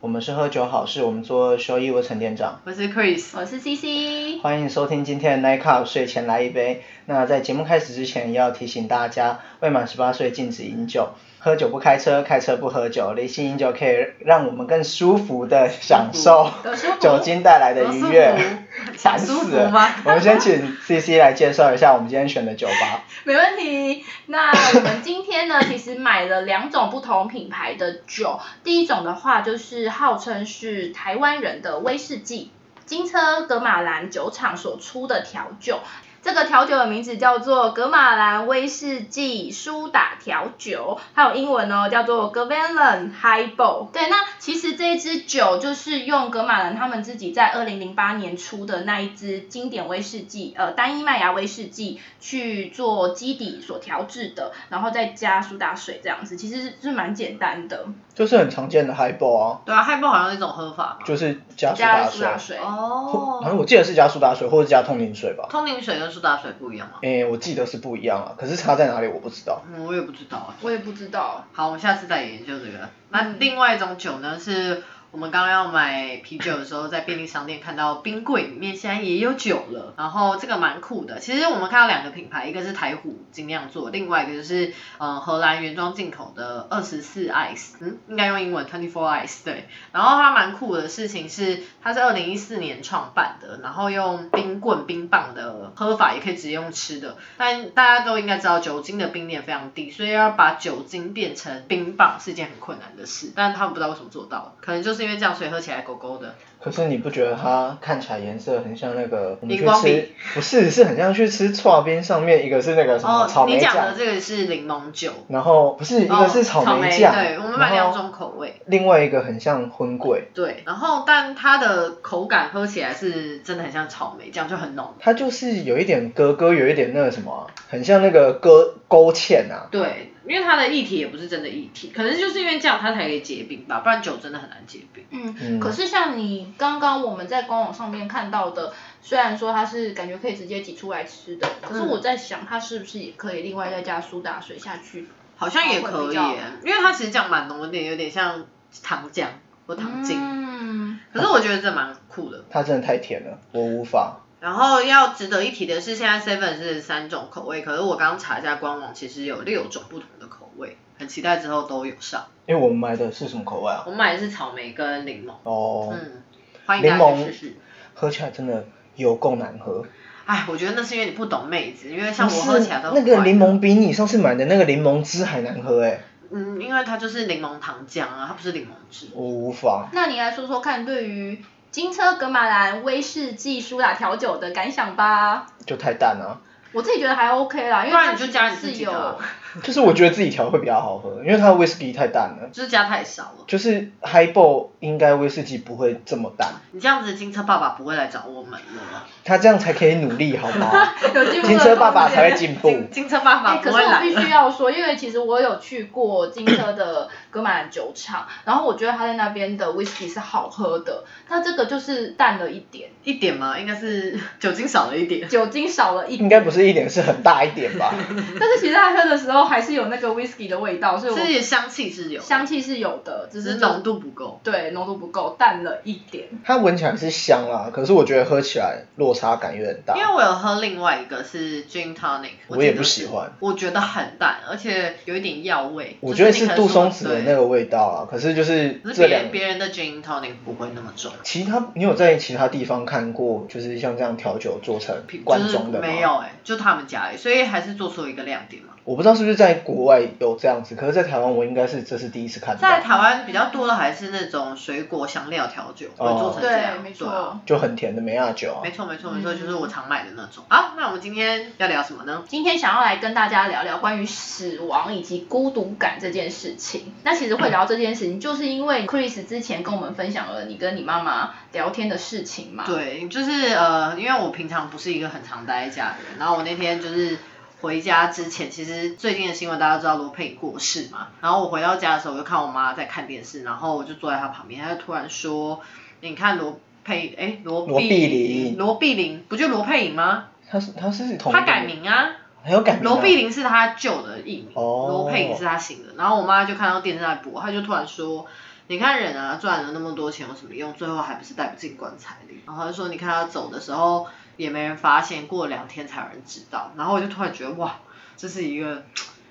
我们是喝酒好事，我们做修一，我是陈店长。我是 Chris，我是 CC。欢迎收听今天的 Night Cup 睡前来一杯。那在节目开始之前，要提醒大家，未满十八岁禁止饮酒，喝酒不开车，开车不喝酒。理性饮酒可以让我们更舒服的享受多舒服酒精带来的愉悦多舒。烦死服了想舒服吗我们先请 CC 来介绍一下我们今天选的酒吧。没问题。那我们今天呢，其实买了两种不同品牌的酒。第一种的话，就是号称是台湾人的威士忌，金车格马兰酒厂所出的调酒。这个调酒的名字叫做格马兰威士忌苏打调酒，还有英文哦呢叫做 g a v a l a n Highball。对，那其实这一支酒就是用格马兰他们自己在二零零八年出的那一支经典威士忌，呃，单一麦芽威士忌去做基底所调制的，然后再加苏打水这样子，其实是是蛮简单的，就是很常见的 Highball 啊，对啊，汉堡好像是一种喝法嘛。就是加苏加打苏水打。水。或好哦，像我记得是加苏打水，或者加通灵水吧。通灵水跟苏打水不一样吗？诶，我记得是不一样啊，可是差在哪里我不知道。嗯，我也不知道啊。我也不知道，好，我们下次再研究这个。那嗯另外一种酒呢，是我们刚刚要买啤酒的时候，在便利商店看到冰柜里面现在也有酒了，然后这个蛮酷的。其实我们看到两个品牌，一个是台虎精酿做，另外一个就是呃荷兰原装进口的二十四 Ice，嗯，应该用英文 Twenty Four Ice 对。然后它蛮酷的事情是，它是二零一四年创办的，然后用冰棍、冰棒的喝法，也可以直接用吃的。但大家都应该知道，酒精的冰点非常低，所以要把酒精变成冰棒是一件很困难的事。但他们不知道为什么做到，可能就是因为这样，所以喝起来狗狗的。可是你不觉得它看起来颜色很像那个我们去荧光吃笔？不是，是很像去吃串冰上面一个是那个什么哦草，莓你酱，讲的这个是柠檬酒，然后不是一个是草莓酱，对，我们买然两后种口味。另外一个很像荤桂，对，然后但它的口感喝起来是真的很像草莓酱，就很浓。它就是有一点咯咯，有一点那个什么啊、很像那个勾勾芡啊。对，因为它的液体也不是真的液体，可能就是因为这样它才可以结冰吧，不然酒真的很难结冰。嗯嗯，可是像你刚刚我们在官网上面看到的，虽然说它是感觉可以直接挤出来吃的，可是嗯我在想它是不是也可以另外再加苏打水下去？好像也可会比以较耶，因为它其实酱蛮浓的，有点有点像糖浆或糖精。嗯，可是我觉得这蛮酷的。它真的太甜了，我无法。然后要值得一提的是，现在 Seven 是三种口味，可是我刚查一下官网，其实有六种不同的口味，很期待之后都有上。因为我们买的是什么口味啊我？买的是草莓跟柠檬，哦，嗯，欢迎大家去试试。喝起来真的有够难喝。哎，我觉得那是因为你不懂妹子，因为像我不是喝起来都那怪个的柠檬比你上次买的那个柠檬汁还难喝哎、嗯，因为它就是柠檬糖浆啊，它不是柠檬汁。我无法。那你来说说看，对于金车格马兰威士忌苏打调酒的感想吧。就太淡啊了、我自己觉得还 OK 啦，因不为然它你就其实加你自是己的啊 有，就是我觉得自己调会比较好喝，因为它的威士忌太淡了。就是加太少了。就是 highball 应该威士忌不会这么淡，你这样子，金车爸爸不会来找我们了。他这样才可以努力，好 吗？ 有进步的停车爸爸空间才会进步金。金车爸爸哎，不可会是我来必须了。要说，因为其实我有去过金车的格马兰酒厂，然后我觉得他在那边的 whisky 是好喝的，它这个就是淡了一点，一点嘛，应该是 酒精少了一点。酒精少了一应点，该不是一点，是很大一点吧？但是其实他喝的时候还是有那个 whisky 的味道，所以其我实香气是有，香气是有的，只只是是浓度不够。对浓度不够，淡了一点。它闻起来是香啦，可是我觉得喝起来落差感有点大因。为我有喝另外一个是 gin tonic，我也记不得是喜欢，我觉得很淡，而且有一点药味。我觉就得你可是能杜说松子的那对个味道啊，可是就是可是这别两人别人的 gin tonic 不会那么重，其他你有在其他地方看过，就是像这样调酒做成罐就是装的吗？没有哎、就他们家哎、所以还是做出一个亮点嘛。我不知道是不是在国外有这样子，可是在台湾我应该是这是第一次看在到，台湾比较多的还是那种水果香料调酒，会哦做成这对，样，没对啊错。就很甜的梅亚酒啊没。错没错没错，嗯就是我常买的那种。好，那我们今天要聊什么呢？今天想要来跟大家聊聊关于死亡以及孤独感这件事情。那其实会聊这件事情，就是因为 Chris 之前跟我们分享了你跟你妈妈聊天的事情嘛。对，就是呃，因为我平常不是一个很常待在家的人，然后我那天就是回家之前，其实最近的新闻大家都知道罗佩过世嘛，然后我回到家的时候，我就看我妈在看电视，然后我就坐在她旁边，她就突然说：“你看罗佩哎罗罗碧玲罗碧玲不就罗佩颖吗？他是他是同一个她改，名啊，还有改 名啊罗碧玲是她旧的艺名，哦罗佩颖是她新的。然后我妈就看到电视在播，她就突然说。你看人啊，赚了那么多钱有什么用？最后还不是带不进棺材里。然后她就说，你看她走的时候也没人发现，过了两天才有人知道。然后我就突然觉得，哇，这是一个，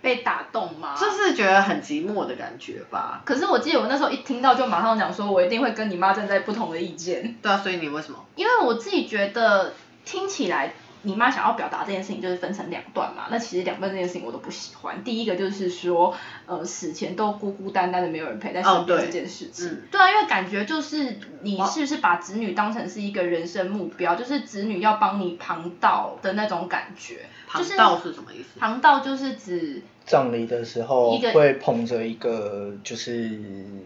被打动吗？就是觉得很寂寞的感觉吧。可是我记得我那时候一听到就马上讲说，我一定会跟你妈站在不同的意见，对啊，所以你为什么？因为我自己觉得听起来你妈想要表达这件事情就是分成两段嘛，那其实两段这件事情我都不喜欢。第一个就是说，呃，死前都孤孤单单的没有人陪在身边哦对这件事情。嗯，对啊，因为感觉就是你是不是把子女当成是一个人生目标，就是子女要帮你旁道的那种感觉。旁就是道是什么意思？旁道就是指葬礼的时候一个会捧着一个，就是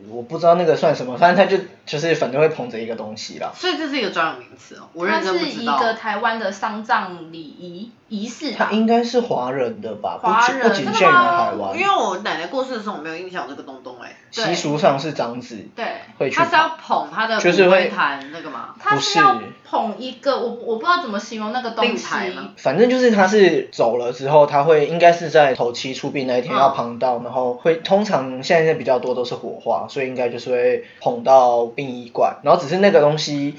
我不知道那个算什嗯么，反正他就就是反正会捧着一个东西啦。所以这是一个专有名词哦，我它认真是不知一道。个台湾的丧葬礼仪仪啊式吧他。应该是华人的吧，华不仅人不仅真的限于吗台湾因，为我奶奶过世的时候，我没有印象有这个东东哎、对习俗上是长子对，会去她是要捧，捧她的骨就是会灰坛那个嘛，它不是是要捧一个我我不知道怎么形容那个东令西，牌吗反正就是他是走了之后，他会应该是在头七出殡那一天嗯要旁到，然后会通常现在比较多都是火化，所以应该就是会捧到殡仪馆，然后只是那个东西。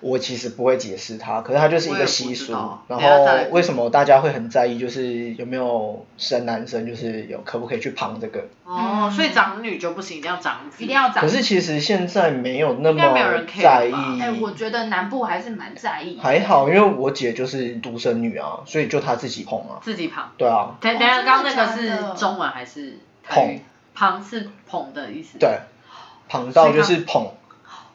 我其实不会解释它，可是它就是一我也个不习知俗道。然等一下再来后为什么大家会很在意，就是有没有生男生，就是有可不可以去旁这个？哦，嗯所以长女就不行，一定要长子，一定要长可。是其实现在没有那应该么没有人 care 在意。吧哎、我觉得南部还是蛮在意的。还好，因为我姐就是独生女啊，所以就她自己捧啊。自己捧。对啊，等等一下，哦刚刚那个真的假是的中文还是台语？捧是捧的意思。。对，捧到就是捧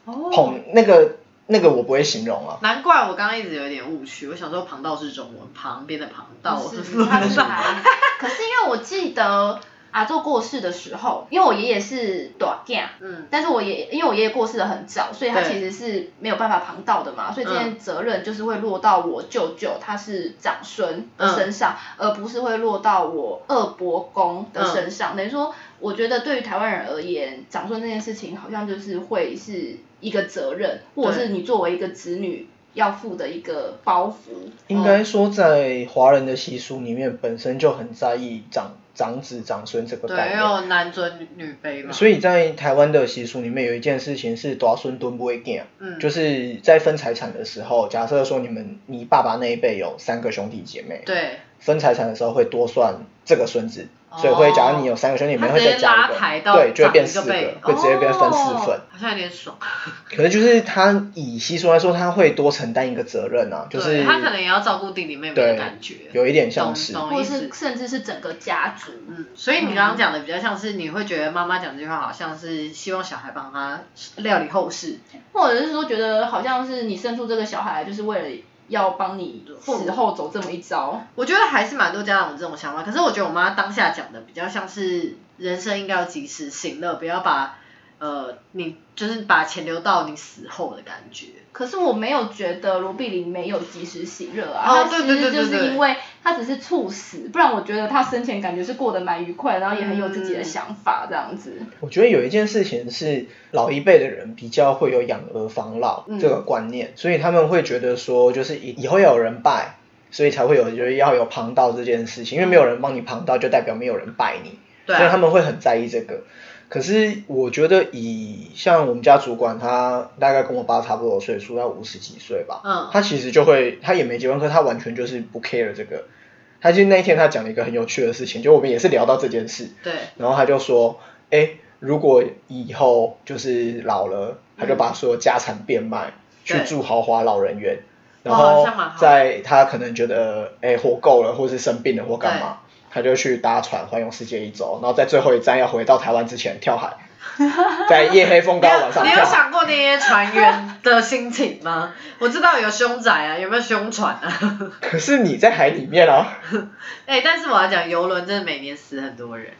哦。捧那个那个我不会形容啊。难怪我刚刚一直有点误区，我想说旁道是中文，旁边的旁道不是是不他是是台语。可是因为我记得阿宙过世的时候，因为我爷爷是短干。嗯，但是我爷，因为我爷爷过世的很早，所以他对嗯其实是没有办法旁道的嘛，所以这件责任就是会落到我舅舅，他是长孙嗯的身上，而不是会落到我二伯公的身嗯上。等于说，我觉得对于台湾人而言，长孙这件事情好像就是会是一个责任，或者是你作为一个子女要负的一个包袱。应哦该说，在华人的习俗里面，本身就很在意长长子长孙这个对，概因为念。有男尊女卑嘛。所以在台湾的习俗里面，有一件事情是多孙蹲不会见，嗯，就是在分财产的时候，假设说你们你爸爸那一辈有三个兄弟姐妹，对，分财产的时候会多算这个孙子，所以会假如你有三个兄弟姐妹，哦他会直再接加拉一个抬，到对，就会变四长一个辈，，会直接变分四份哦。好像有点爽。可是就是他以习俗来说，他会多承担一个责任啊，就是对他可能也要照顾弟弟妹妹的对感觉，有一点像懂是。懂或意是思。甚至是整个家族，嗯，所以你刚刚讲的比较像是，你会觉得妈妈讲这句话好像是希望小孩帮他料理后事，或者是说觉得好像是你生出这个小孩就是为了要帮你死后走这么一遭。我觉得还是蛮多家长有这种想法。可是我觉得我妈当下讲的比较像是人生应该要及时行乐，不要把呃你就是把钱留到你死后的感觉。可是我没有觉得罗碧玲没有及时喜热啊，哦她对对对其实就对是对因为她只是猝死，不然我觉得她生前感觉是过得蛮愉快，然后也很有自己的想法这样子。我觉得有一件事情是老一辈的人比较会有养儿防老嗯这个观念，所以他们会觉得说，就是以以后要有人拜，所以才会有就是要有旁道这件事情，因为没有人帮你旁道，就代表没有人拜你，对啊所以他们会很在意这个。可是我觉得以像我们家主管，他大概跟我爸差不多岁数，他五十几岁吧，嗯他其实就会，他也没结婚，可是他完全就是不 care 这个。他其实那一天他讲了一个很有趣的事情，就我们也是聊到这件事，对，然后他就说，哎，如果以后就是老了，他就把所有家产变卖，对去住豪华老人院，然哇好后像蛮好在他可能觉得哎活够了，或是生病了或干嘛，他就去搭船环游世界一周，然后在最后一站要回到台湾之前跳 海，在夜黑风你高有晚上你有跳海。想过那些船员的心情吗？我知道有凶宅啊，有没有凶船啊？ 可是你在海里面啊，哎、但是我要讲，游轮真的每年死很多人，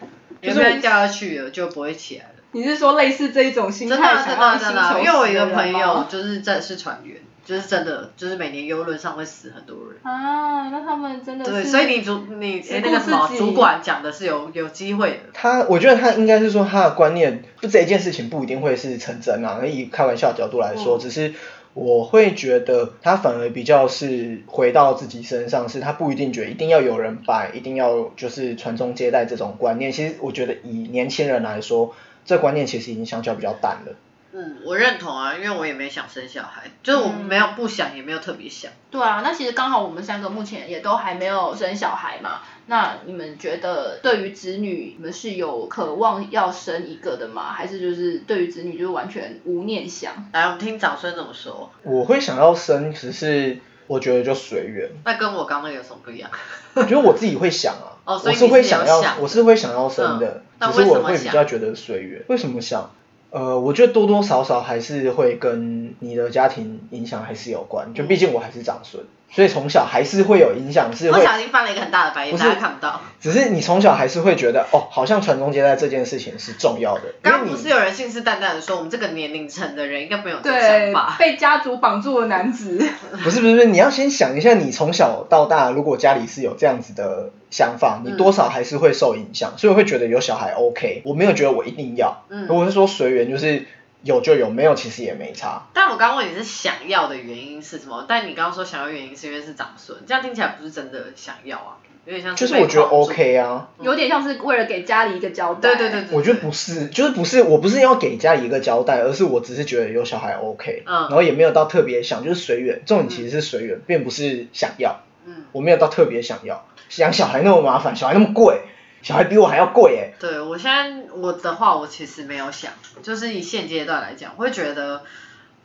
有就是些我人掉下去了就不会起来了。你是说类似这一种心真态的啊真的想要啊一真心的啊，求因为我死一个人朋友吗就是在是船员，就是真的就是每年游轮上会死很多人。啊，那他们真的对，是所以你主你只那个顾什么自己主管讲的是有有机会的，他我觉得他应该是说他的观念，不这一件事情不一定会是成真啊，以开玩笑的角度来说，嗯只是我会觉得他反而比较是回到自己身上，是他不一定觉得一定要有人摆，一定要就是传宗接代这种观念。其实我觉得以年轻人来说，这观念其实已经相较比较淡了。嗯，我认同啊，因为我也没想生小孩，就是我嗯没有不想，也没有特别想。对啊，那其实刚好我们三个目前也都还没有生小孩嘛。那你们觉得对于子女，你们是有渴望要生一个的吗？还是就是对于子女就是完全无念想？来，我们听掌声怎么说？我会想要生，只是我觉得就随缘。那跟我刚刚那个有什么不一样？ 我觉得我自己会想啊，哦所我以是你会是有想要想，我的是会想要生的嗯，那只是为什我么会比想较觉得随缘。为什么想？呃，我觉得多多少少还是会跟你的家庭影响还是有嗯关，就毕竟我还是长孙，所以从小还是会有影响，是我会不小心翻了一个很大的白眼，不是大家看不到。只是你从小还是会觉得哦，好像传宗接代这件事情是重要的。因为刚刚你不是有人信誓旦旦的说，我们这个年龄层的人应该没有这个想法。被家族绑住的男子。不是不是，不是，你要先想一下，你从小到大，如果家里是有这样子的想法，你嗯多少还是会受影响，所以我会觉得有小孩 OK，我没有觉得我一定要，嗯我是说随缘，就是有就有，没有其实也没差。但我刚刚问你是想要的原因是什么？但你刚刚说想要原因是因为是长孙，这样听起来不是真的想要啊，有点像就是被我觉得框住 OK 啊， 有点像是为了给家里一个交代。对对对对，我觉得对不是，就是不是，我不是要给家里一个交代，而是我只是觉得有小孩 OK，、嗯然后也没有到特别想，就是随缘，重点其实是随缘，并不是想要，嗯，我没有到特别想要，养小孩那么麻烦，小孩那么贵，小孩比我还要贵欸耶、对我现在我的话，我其实没有想，就是以现阶段来讲，会觉得，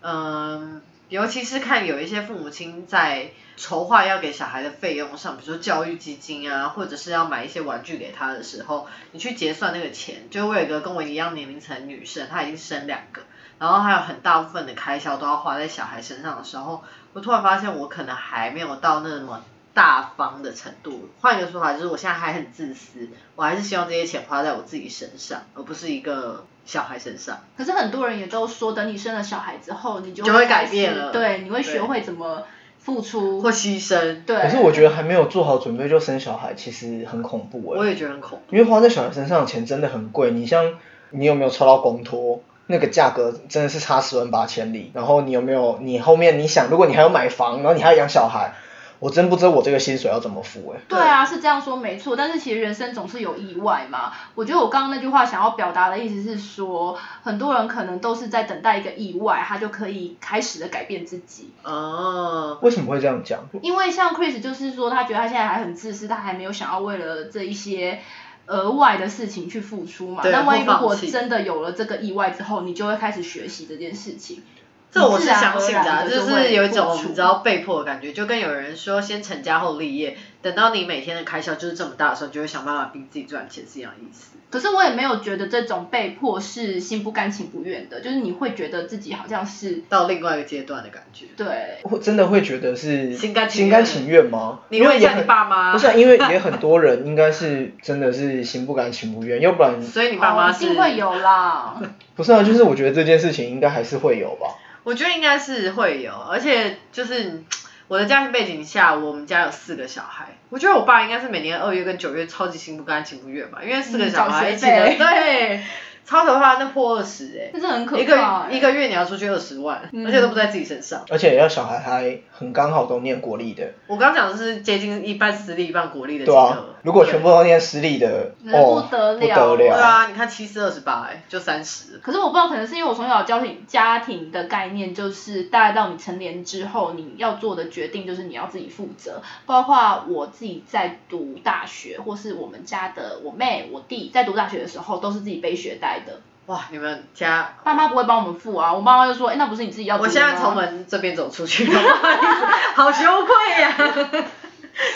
嗯，尤其是看有一些父母亲在筹划要给小孩的费用上，比如说教育基金啊，或者是要买一些玩具给他的时候，你去结算那个钱，就我有一个跟我一样年龄层的女生，她已经生两个，然后还有很大部分的开销都要花在小孩身上的时候，我突然发现我可能还没有到那么大方的程度。换一个说法，就是我现在还很自私，我还是希望这些钱花在我自己身上，而不是一个小孩身上。可是很多人也都说，等你生了小孩之后，你就就会开改变始了对，你会对学会怎么付出或。牺牲，对。可是我觉得还没有做好准备就生小孩，其实很恐怖哎、我也觉得很恐怖。因为花在小孩身上的钱真的很贵。你像你有没有抽到公托，那个价格真的是差十万八千里。然后你有没有你后面你想，如果你还要买房，然后你还要养小孩，我真不知道我这个薪水要怎么付哎、对啊，是这样说没错，但是其实人生总是有意外嘛。我觉得我刚刚那句话想要表达的意思是说，很多人可能都是在等待一个意外，他就可以开始的改变自己。哦，为什么会这样讲？因为像 Chris 就是说，他觉得他现在还很自私，他还没有想要为了这一些额外的事情去付出嘛。对那万一不如放果弃真的有了这个意外之后，你就会开始学习这件事情。这我是相信的啊、你自然而然地就就会是有一种付出你知道被迫的感觉，就跟有人说先成家后立业，等到你每天的开销就是这么大的时候，你就会想办法逼自己赚钱是一样的意思。可是我也没有觉得这种被迫是心不甘情不愿的，就是你会觉得自己好像是到另外一个阶段的感觉，对会真的会觉得是心甘情心愿甘情愿吗？你因为问一也下你很爸妈不是啊、因为也很多人应该是真的是心不甘情不愿，要不然所以你爸妈哦一是、定会有啦。不是啊，就是我觉得这件事情应该还是会有吧。我觉得应该是会有，而且就是我的家庭背景下，我们家有四个小孩。我觉得我爸应该是每年二月跟九月超级心不甘情不愿吧，因为四个小孩一起的，嗯缴学费 对，超可怕，那破二十哎，这是很 可一个怕、欸。一个月你要出去二十万，嗯而且都不在自己身上。而且要小孩还很刚好都念国立的，我刚讲的是接近一半私立一半国立的金对额啊，，如果全部都念私立的，那哦，不得了不对得对了。啊，你看七四二十八哎，就三十。可是我不知道，可能是因为我从小家庭家庭的概念就是，大概到你成年之后，你要做的决定就是你要自己负责。包括我自己在读大学，或是我们家的我妹、我弟在读大学的时候，都是自己背学贷的，哇，你们家爸妈不会帮我们付啊。我妈妈就说：“哎、那不是你自己要读我的吗？”现在从门这边走出去，不好意思 好羞愧呀、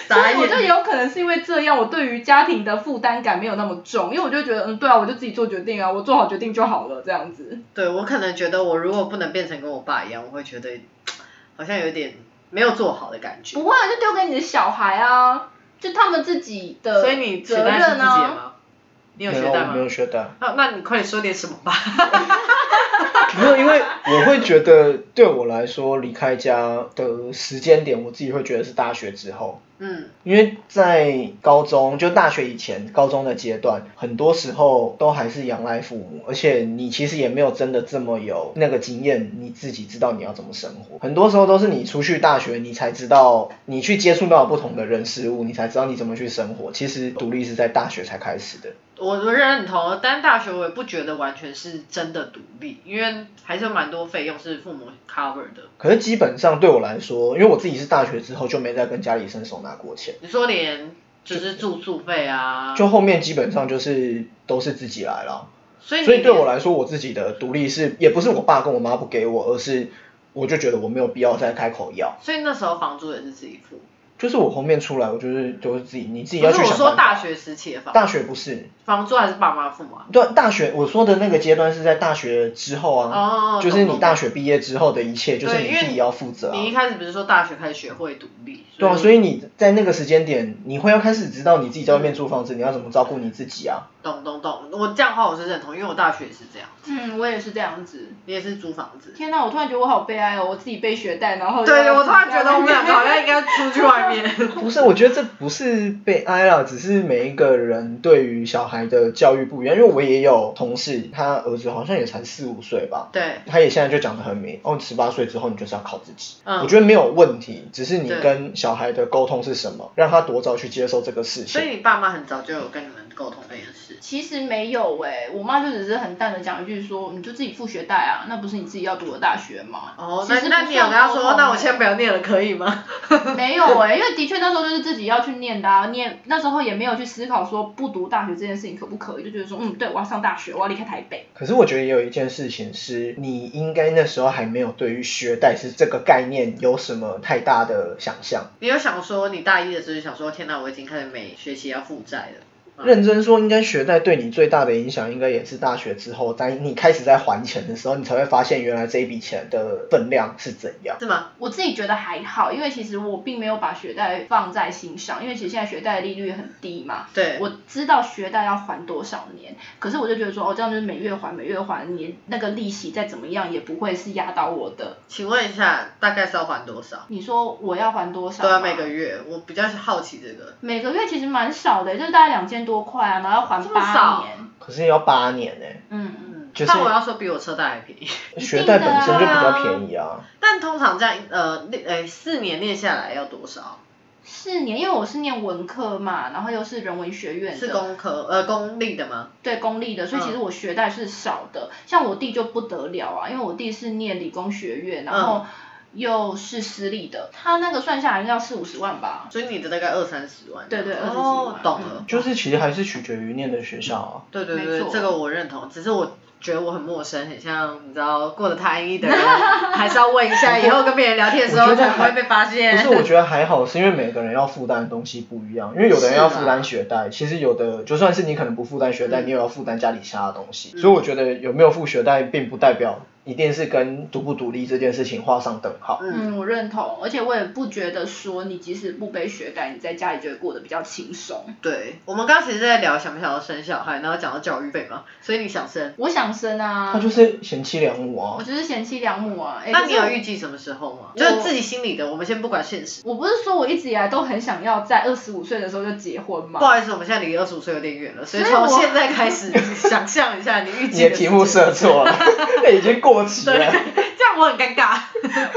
所傻以我就眼。有可能是因为这样，我对于家庭的负担感没有那么重，因为我就觉得，嗯，对啊，我就自己做决定啊，我做好决定就好了，这样子。对我可能觉得，我如果不能变成跟我爸一样，我会觉得好像有点没有做好的感觉。不会啊，就丢给你的小孩啊，就他们自己的所以你学责贷是自己任的啊。吗？你没有学贷我吗没？有学贷。那、那你快点说点什么吧。没有，因为我会觉得对我来说，离开家的时间点，我自己会觉得是大学之后。 嗯，因为在高中，就大学以前，高中的阶段，很多时候都还是仰赖父母，而且你其实也没有真的这么有那个经验，你自己知道你要怎么生活。很多时候都是你出去大学，你才知道你去接触到不同的人事物，你才知道你怎么去生活。其实独立是在大学才开始的。我我认同，但大学我也不觉得完全是真的独立，因为还是有蛮多费用是父母 cover 的。可是基本上对我来说，因为我自己是大学之后就没再跟家里伸手拿过钱，你说连就是住宿费啊，就后面基本上就是都是自己来了。所以所以对我来，来说，我自己的独立是也不是我爸跟我妈不给我，而是我就觉得我没有必要再开口要。所以那时候房租也是自己付。就是我后面出来，我就是就是自己，你自己可要是去我想说办法。大学时期的房大学不是，房租还是爸妈付嘛？对大学我说的那个阶段是在大学之后啊，哦就是你懂大学毕业之后的一切，就是对，你因为自己要负责啊。你一开始不是说大学开始学会独立？对啊，所以以你在那个时间点，你会要开始知道你自己在外面租房子，你要怎么照顾你自己啊？懂懂懂，我这样的话我是认同，因为我大学也是这样，嗯，我也是这样子。你也是租房子。天哪，我突然觉得我好悲哀哦，我自己背学贷，然后对，啊又我突然觉得我们两个好像应该出去外面。 不是，我觉得这不是悲哀啦，只是每一个人对于小孩的教育不一样。因为我也有同事，他儿子好像也才四五岁吧，对，他也现在就讲得很明，哦，十八岁之后你就是要靠自己。嗯我觉得没有问题，只是你对跟小孩的沟通是什么，让他多早去接受这个事所情。以你爸妈很早就有跟你们沟通这件事。 其实没有哎、我妈就只是很淡的讲一句说，你就自己付学贷啊，那不是你自己要读的大学吗？哦，其那实那不你有跟他算沟说，通那欸我先不要念了，可以吗？ 没有哎、因为的确那时候就是自己要去念的、啊，念那时候也没有去思考说不读大学这件事情可不可以，就觉得说嗯，对我要上大学，我要离开台北。可是我觉得也有一件事情是，你应该那时候还没有对于学贷是这个概念有什么太大的想象。你有想说，你大一的时候就想说，天哪，我已经开始每学期要负债了。认真说，应该学贷对你最大的影响，应该也是大学之后，在你开始在还钱的时候，你才会发现原来这一笔钱的分量是怎样。是吗？我自己觉得还好，因为其实我并没有把学贷放在心上，因为其实现在学贷的利率很低嘛。对，我知道学贷要还多少年，可是我就觉得说，哦，这样就是每月还，每月还，你那个利息再怎么样也不会是压倒我的。请问一下，大概是要还多少？你说我要还多少？对啊，每个。月，我比较好奇这个。每个月其实蛮少的，就是大概两千多块啊，然后要还这么八少年。可是要八年呢、嗯，就是但我要说，比我车贷还便 宜。学贷本身就比较便宜啊。但通常这样，呃，那呃，四年念下来要多少？四年，因为我是念文科嘛，然后又是人文学院的，是公科呃公立的吗？对公立的，嗯所以其实我学贷是少的。像我弟就不得了啊，因为我弟是念理工学院，然嗯后又是私立的，他那个算下来应该要四五十万吧。所以你的大概二三十万。对对二三十万嗯哦，懂了。就是其实还是取决于念的学校啊。对对没对，错这个我认同。只是我觉得我很陌生，很像你知道过得太安逸的 人，还是要问一下，以后跟别人聊天的时候我觉才得不会被发现。可是我觉得还好，是因为每个人要负担的东西不一样，因为有的人要负担学贷，其实有的就算是你可能不负担学贷，嗯你也要负担家里其他的东西。所以我觉得有没有付学贷，并不代表一定是跟独不独立这件事情画上等号。嗯嗯，我认同，而且我也不觉得说你即使不背学贷，你在家里就会过得比较轻松。对，我们刚刚其实在聊想不想要生小孩，然后讲到教育费嘛，所以你想生，我想生啊他，就是嗯贤妻良母我啊，就是贤妻良母啊。诶那你有？可是预计什么时候吗？就是自己心里的，我们先不管现实。我不是说我一直以来都很想要在二十五岁的时候就结婚吗？不啊好意思，我们现在离二十五岁有点远了，所以所以我从现在开始想象一下你预 你计的的题目时间设啊错 了，那已经过期了。 这样我很尴尬。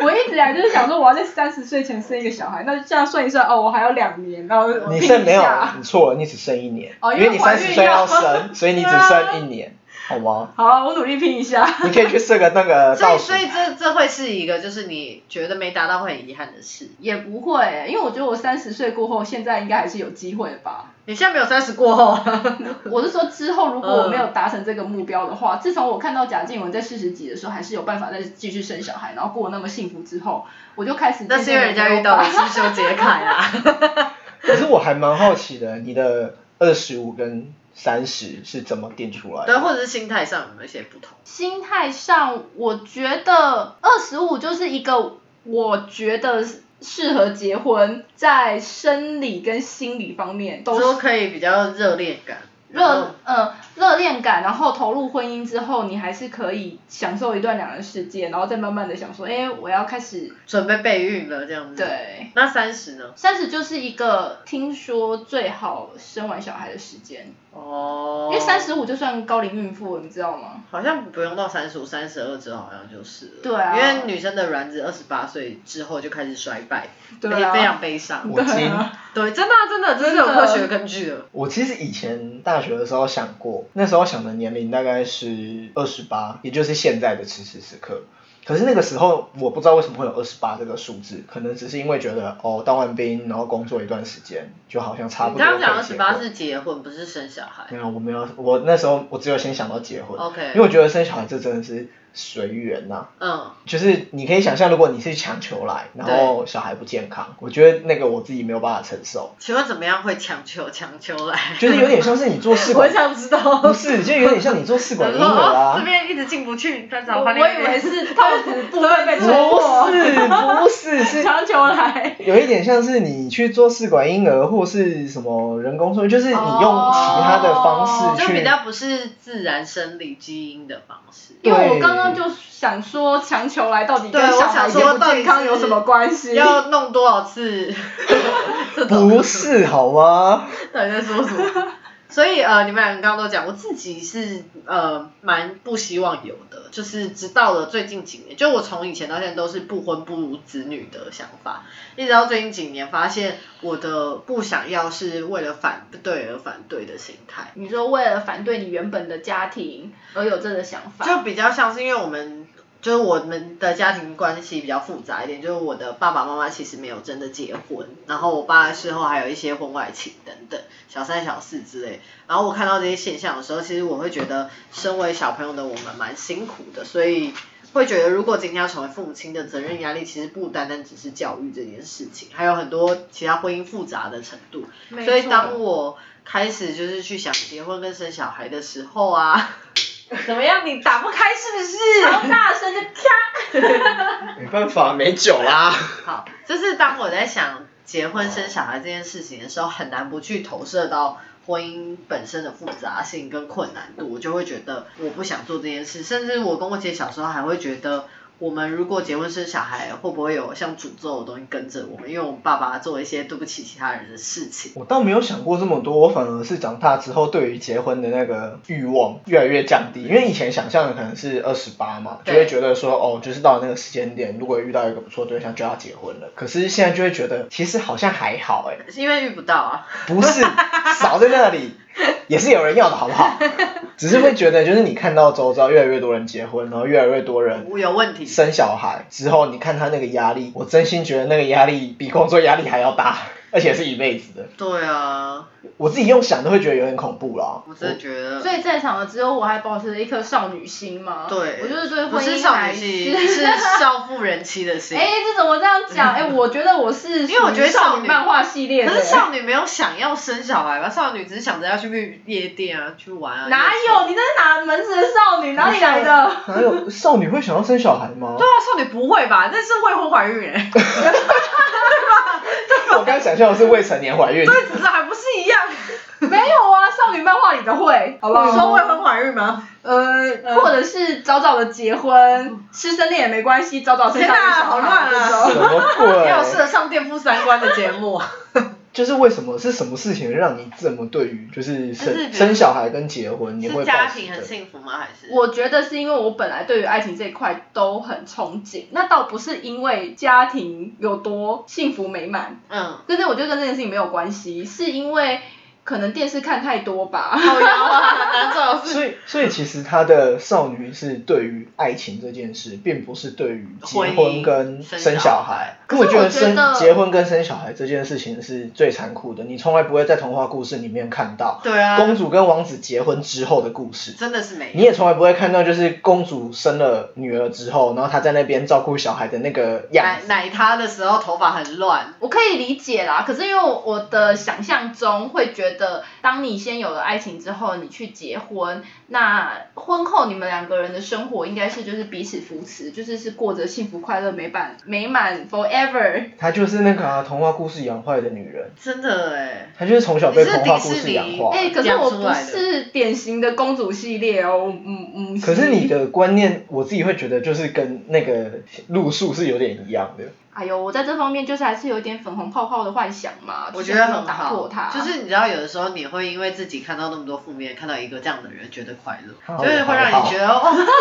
我一直以来就是想说，我要在三十岁前生一个小孩，那这样算一算，哦，我还有两年，然后我你定剩一没有下，你错了，你只剩一年，哦因因为你怀三孕十岁要要 生，所以你只剩一年，好吗？好啊，我努力拼一下。你可以去设个那个所倒以，数所，以这这会是一个，就是你觉得没达到会很遗憾的事。也不会，因为我觉得我三十岁过后，现在应该还是有机会 吧。你现在没有三十过后 啊，我是说之后如果我没有达成这个目标的话，自从我看到贾静雯在四十几的时候还是有办法再继续生小孩，然后过得那么幸福之后，我就开始那是因为人家遇到了金修杰楷啊。 可是我还蛮好奇的，你的二十五跟三十是怎么定出来对，的？啊或者是心态上有没有一些不同？心态上，我觉得二十五就是一个我觉得适合结婚，在生理跟心理方面都说是可以比较热恋感，热呃热恋感，然后投入婚姻之后，你还是可以享受一段两人世界，然后再慢慢的想说，哎，我要开始准备备孕了这样子。，对。那三十呢？三十就是一个听说最好生完小孩的时间，哦，因为三十五就算高龄孕妇，你知道吗？好像不用到三十五、三十二之后，好像就是了。对啊因为女生的卵子二十八岁之后就开始衰败，对啊非非常悲伤。我对今啊对，真的啊、真的，这是有科学根据的。我其实以前大学的时候想过，那时候想的年龄大概是二十八，也就是现在的此时此刻。可是那个时候我不知道为什么会有二十八这个数字，可能只是因为觉得哦，当完兵然后工作一段时间，就好像差不你多。刚刚讲二十八是。结婚，不是生小孩没。有，我没有，我那时候我只有先想到结婚 OK 因为我觉得生小孩这真的是随缘呐、嗯，就是你可以想象，如果你是强求来，然后小孩不健康，我觉得那个我自己没有办法承受，请问怎么样会强求强求来？就是有点像是你做试管，想知 道不是，就有点像你做试管婴然后儿 哦啊。这边一直进不去，再我找我换以另一边为是套子部分被不戳破， 是不是是强求来。有一点像是你去做试管婴儿或是什么人工受孕，就是你用其他的方式就去，哦比较不是自然生理基因的方式。对因为我刚刚就想说，强求来到底跟对我小孩想健说不健康有什么关系？要弄多少次？ 这种不是好吗？ 到底在说什么？所以呃，你们两个刚刚都讲，我自己是呃蛮不希望有的，就是直到了最近几年，就我从以前到现在都是不婚不子女的想法，一直到最近几年发现我的不想要是为了反对而反对的心态，你说为了反对你原本的家庭而有这个想法，就比较像是因为我们就是我们的家庭关系比较复杂一点，就是我的爸爸妈妈其实没有真的结婚，然后我爸事后还有一些婚外情等等，小三小四之类。然后我看到这些现象的时候，其实我会觉得，身为小朋友的我们蛮辛苦的，所以。会觉得，如果今天要成为父母亲的责任压力，其实不单单只是教育这件事情，还有很多其他婚姻复杂的程度。没所以错当我开始就是去想结婚跟生小孩的时候啊，怎么样？你打不开是不然是？后大声就啪， 没办法，没酒啦。好，就是当我在想结婚生小孩这件事情的时候，很难不去投射到婚姻本身的复杂性跟困难度，我就会觉得我不想做这件事，甚至我跟我姐小时候还会觉得。我们如果结婚生小孩，会不会有像诅咒的东西跟着我们？因为我们爸爸做一些对不起其他人的事情，我倒没有想过这么多，我反而是长大之后对于结婚的那个欲望越来越降低，因为以前想象的可能是二十八嘛，就对会觉得说哦，就是到了那个时间点，如果遇到一个不错对象就要结婚了。可是现在就会觉得其实好像还好哎、是因为遇不到啊。不是少在那里，也是有人要的好不好？只是会觉得就是你看到周遭越来越多人结婚，然后越来越多人 我有问题，生小孩之后，你看他那个压力，我真心觉得那个压力比工作压力还要大， 而且是一辈子的。对啊，我自己用想都会觉得有点恐怖啦。我真的觉得，所以在场的只有我还保持着一颗少女心嘛。对，我就是对不婚是姻少还女心，是少妇人妻的心。 哎，这怎么这样讲？哎，我觉得我是 因为我觉得少少女女漫画系列的，欸可是少女没有想要生小孩吧？少女只是想着要去夜店啊，去玩啊。哪夜场哎有？你这是哪门子的少女？哪里来 的？哪哎啊有少女会想要生小孩吗？对啊，少女不会吧？那是未婚怀孕 哎，我刚想象的是未成年怀孕。只是还不是一样？没有啊，少女漫画里的会，好不你 说好？未婚怀孕吗？呃，或者是早早的结婚，师生恋也没关系，早早生天下哪一个小好乱啊孩这种什么你好适合鬼？上颠覆三观的节目。啊 就是为什么是什么事情让你这么对于就是生就是生小孩跟结婚你是会家抱庭持很的？幸福吗？还是我觉得是因为我本来对于爱情这一块都很憧憬，那倒不是因为家庭有多幸福美满，嗯，但是我觉得跟这件事情没有关系，是因为可能电视看太多吧。 好摇啊， 哪种是所以所以其实她的少女是对于爱情这件事，并不是对于结婚婚姻跟生生小小孩孩。可我觉得可是我生觉得结婚跟生小孩这件事情是最残酷的，你从来不会在童话故事里面看到对啊，公主跟王子结婚之后的故事。真的是没有你也从来不会看到，就是公主生了女儿之后，然后她在那边照顾小孩的那个样奶子。奶他的时候头发很乱，我可以理解啦，可是因为我的想象中会觉得，当你先有了爱情之后，你去结婚，那婚后你们两个人的生活应该是就是彼此扶持，就是是过着幸福快乐美满美满 forever。她就是那个、啊、童话故事养坏的女人，真的哎，她就是从小被童话故事养你是迪士尼坏。哎、可是我讲出不来的是典型的公主系列哦，我嗯嗯。可是你的观念，我自己会觉得就是跟那个路数是有点一样的。哎呦，我在这方面就是还是有一点粉红泡泡的幻想嘛，我就是觉得不能很打好破它，就是你知道，有的时候你会因为自己看到那么多负面，看到一个这样的人，觉得快乐，好就是会让你觉得哦，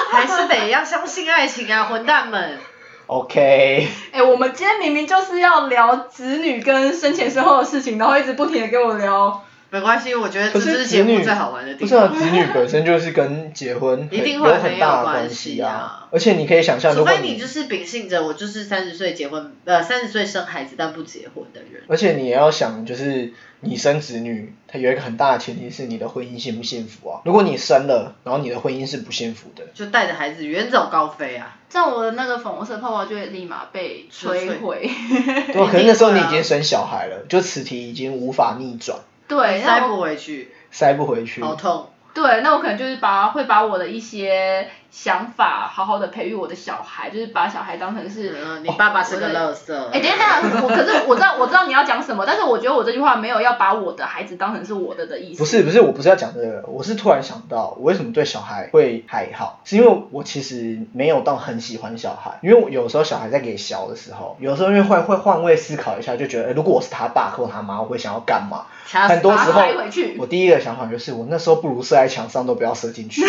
还是得要相信爱情啊，混蛋们！ OK，哎、我们今天明明就是要聊子女跟生前身后的事情，然后一直不停的跟我聊，没关系，我觉得可 这就是是子节女目最好玩的不地是啊，方。子女本身就是跟结婚 一定很会有很大很有的关系系啊啊。而且你可以想象，如除果非你就是秉性着我就是三十岁结婚，呃，三十岁生孩子但不结婚的人。而且你也要想，就是你生子女，它有一个很大的前提是你的婚姻幸不幸福啊。如果你生了，然后你的婚姻是不幸福 的，就带着孩子远走高飞啊！这样我的那个粉红色泡泡就会立马被摧毁。 对啊，可是那时候你已经生小孩了，就此题已经无法逆转，对，塞那我不回去，塞不回去。好痛。对，那我可能就是把会把我的一些想法好好的培育我的小孩，就是把小孩当成是。哦嗯，你爸爸是我个的垃圾。哎、等一下，等一下，我可是我知道我知道你要讲什么，但是我觉得我这句话没有要把我的孩子当成是我的的意思。不是不是，我不是要讲这个，我是突然想到，我为什么对小孩会还好，是因为我其实没有到很喜欢小孩，因为我有时候小孩在给小的时候，有时候因为会会换位思考一下，就觉得、诶如果我是他爸或他妈，我会想要干嘛？掐死很多把时它候塞回去，我第一个想法就是，我那时候不如射在墙上，都不要射进去。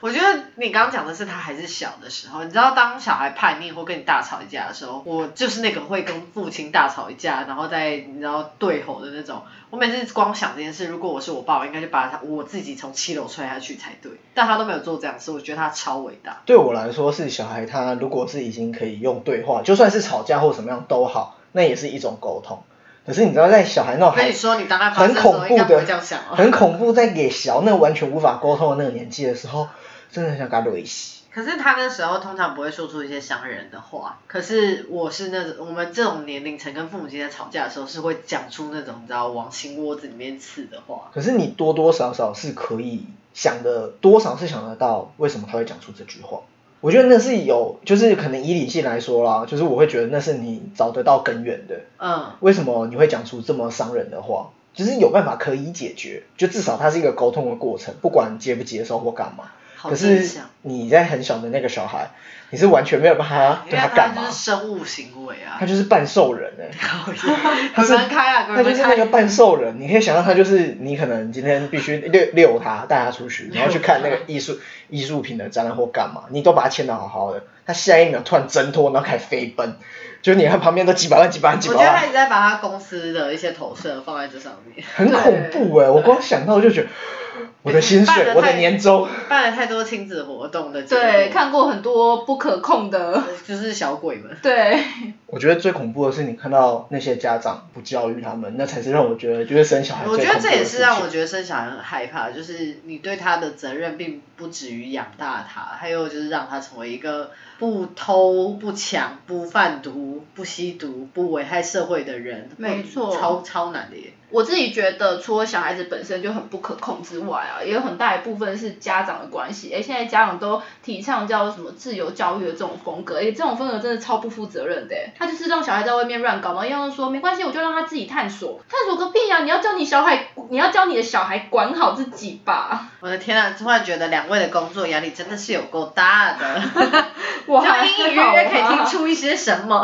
我觉得你刚刚讲的是他还是小的时候，你知道当小孩叛逆或跟你大吵一架的时候，我就是那个会跟父亲大吵一架，然后再你知道对吼的那种。我每次光想这件事，如果我是我爸，我应该就把他我自己从七楼摔下去才对，但他都没有做这样的事，我觉得他超伟大。对我来说，是小孩他如果是已经可以用对话，就算是吵架或什么样都好，那也是一种沟通。可是你知道，在小孩那种我跟还你说，你当他发很生的时恐候，应怖该不的会这样想，哦。很恐怖，在给小那完全无法沟通的那个年纪的时候，真的很想给他累死。可是他那时候通常不会说出一些伤人的话，可是我是那种我们这种年龄层跟父母亲在吵架的时候，是会讲出那种你知道往心窝子里面刺的话。可是你多多少少是可以想的，多少是想得到为什么他会讲出这句话。我觉得那是有，就是可能以理性来说啦，就是我会觉得那是你找得到根源的。嗯，为什么你会讲出这么伤人的话？就是有办法可以解决，就至少它是一个沟通的过程，不管接不接受或干嘛。好可正是向。你在很小的那个小孩，你是完全没有办 法因对为他啊他干就嘛是，生物行为啊他，就是半兽人 哎、 讨他厌，是滚开啊，他滚就是那个开！半兽人，你可以想象他就是你可能今天必须遛遛他，带他出 去，然后去看那个艺术艺术品的展览或干嘛，你都把他牵得好好的，他下一秒突然挣脱，然后开始飞奔，就是你看旁边都几百万几百万几我百觉得他万一，直在把他公司的一些投射放在这上面，很恐怖哎、我光想到就觉得我的薪办水，得我的太年终，办了太多亲子活动的结果对，看过很多不可控的，就是小鬼们。对，我觉得最恐怖的是你看到那些家长不教育他们，那才是让我觉得就是生小哎孩最我恐觉怖的得事这情。也是让我觉得生小孩很害怕，就是你对他的责任并不止于养大他，还有就是让他成为一个不偷、不抢、不贩毒、不吸毒、不危害社会的人。没错超超难的耶。我自己觉得，除了小孩子本身就很不可控之外啊，也有很大一部分是家长的关系。哎，现在家长都提倡叫什么自由教育的这种风格，哎，这种风格真的超不负责任的。欸诶他就是让小孩在外面乱搞嘛，然后又说没关系，我就让他自己探索，探索个屁呀、啊！你要教你小孩，你要教你的小孩管好自己吧。我的天啊！突然觉得两位的工作压力真的是有够大的， 我就还隐隐约好约可以啊听出一些什么。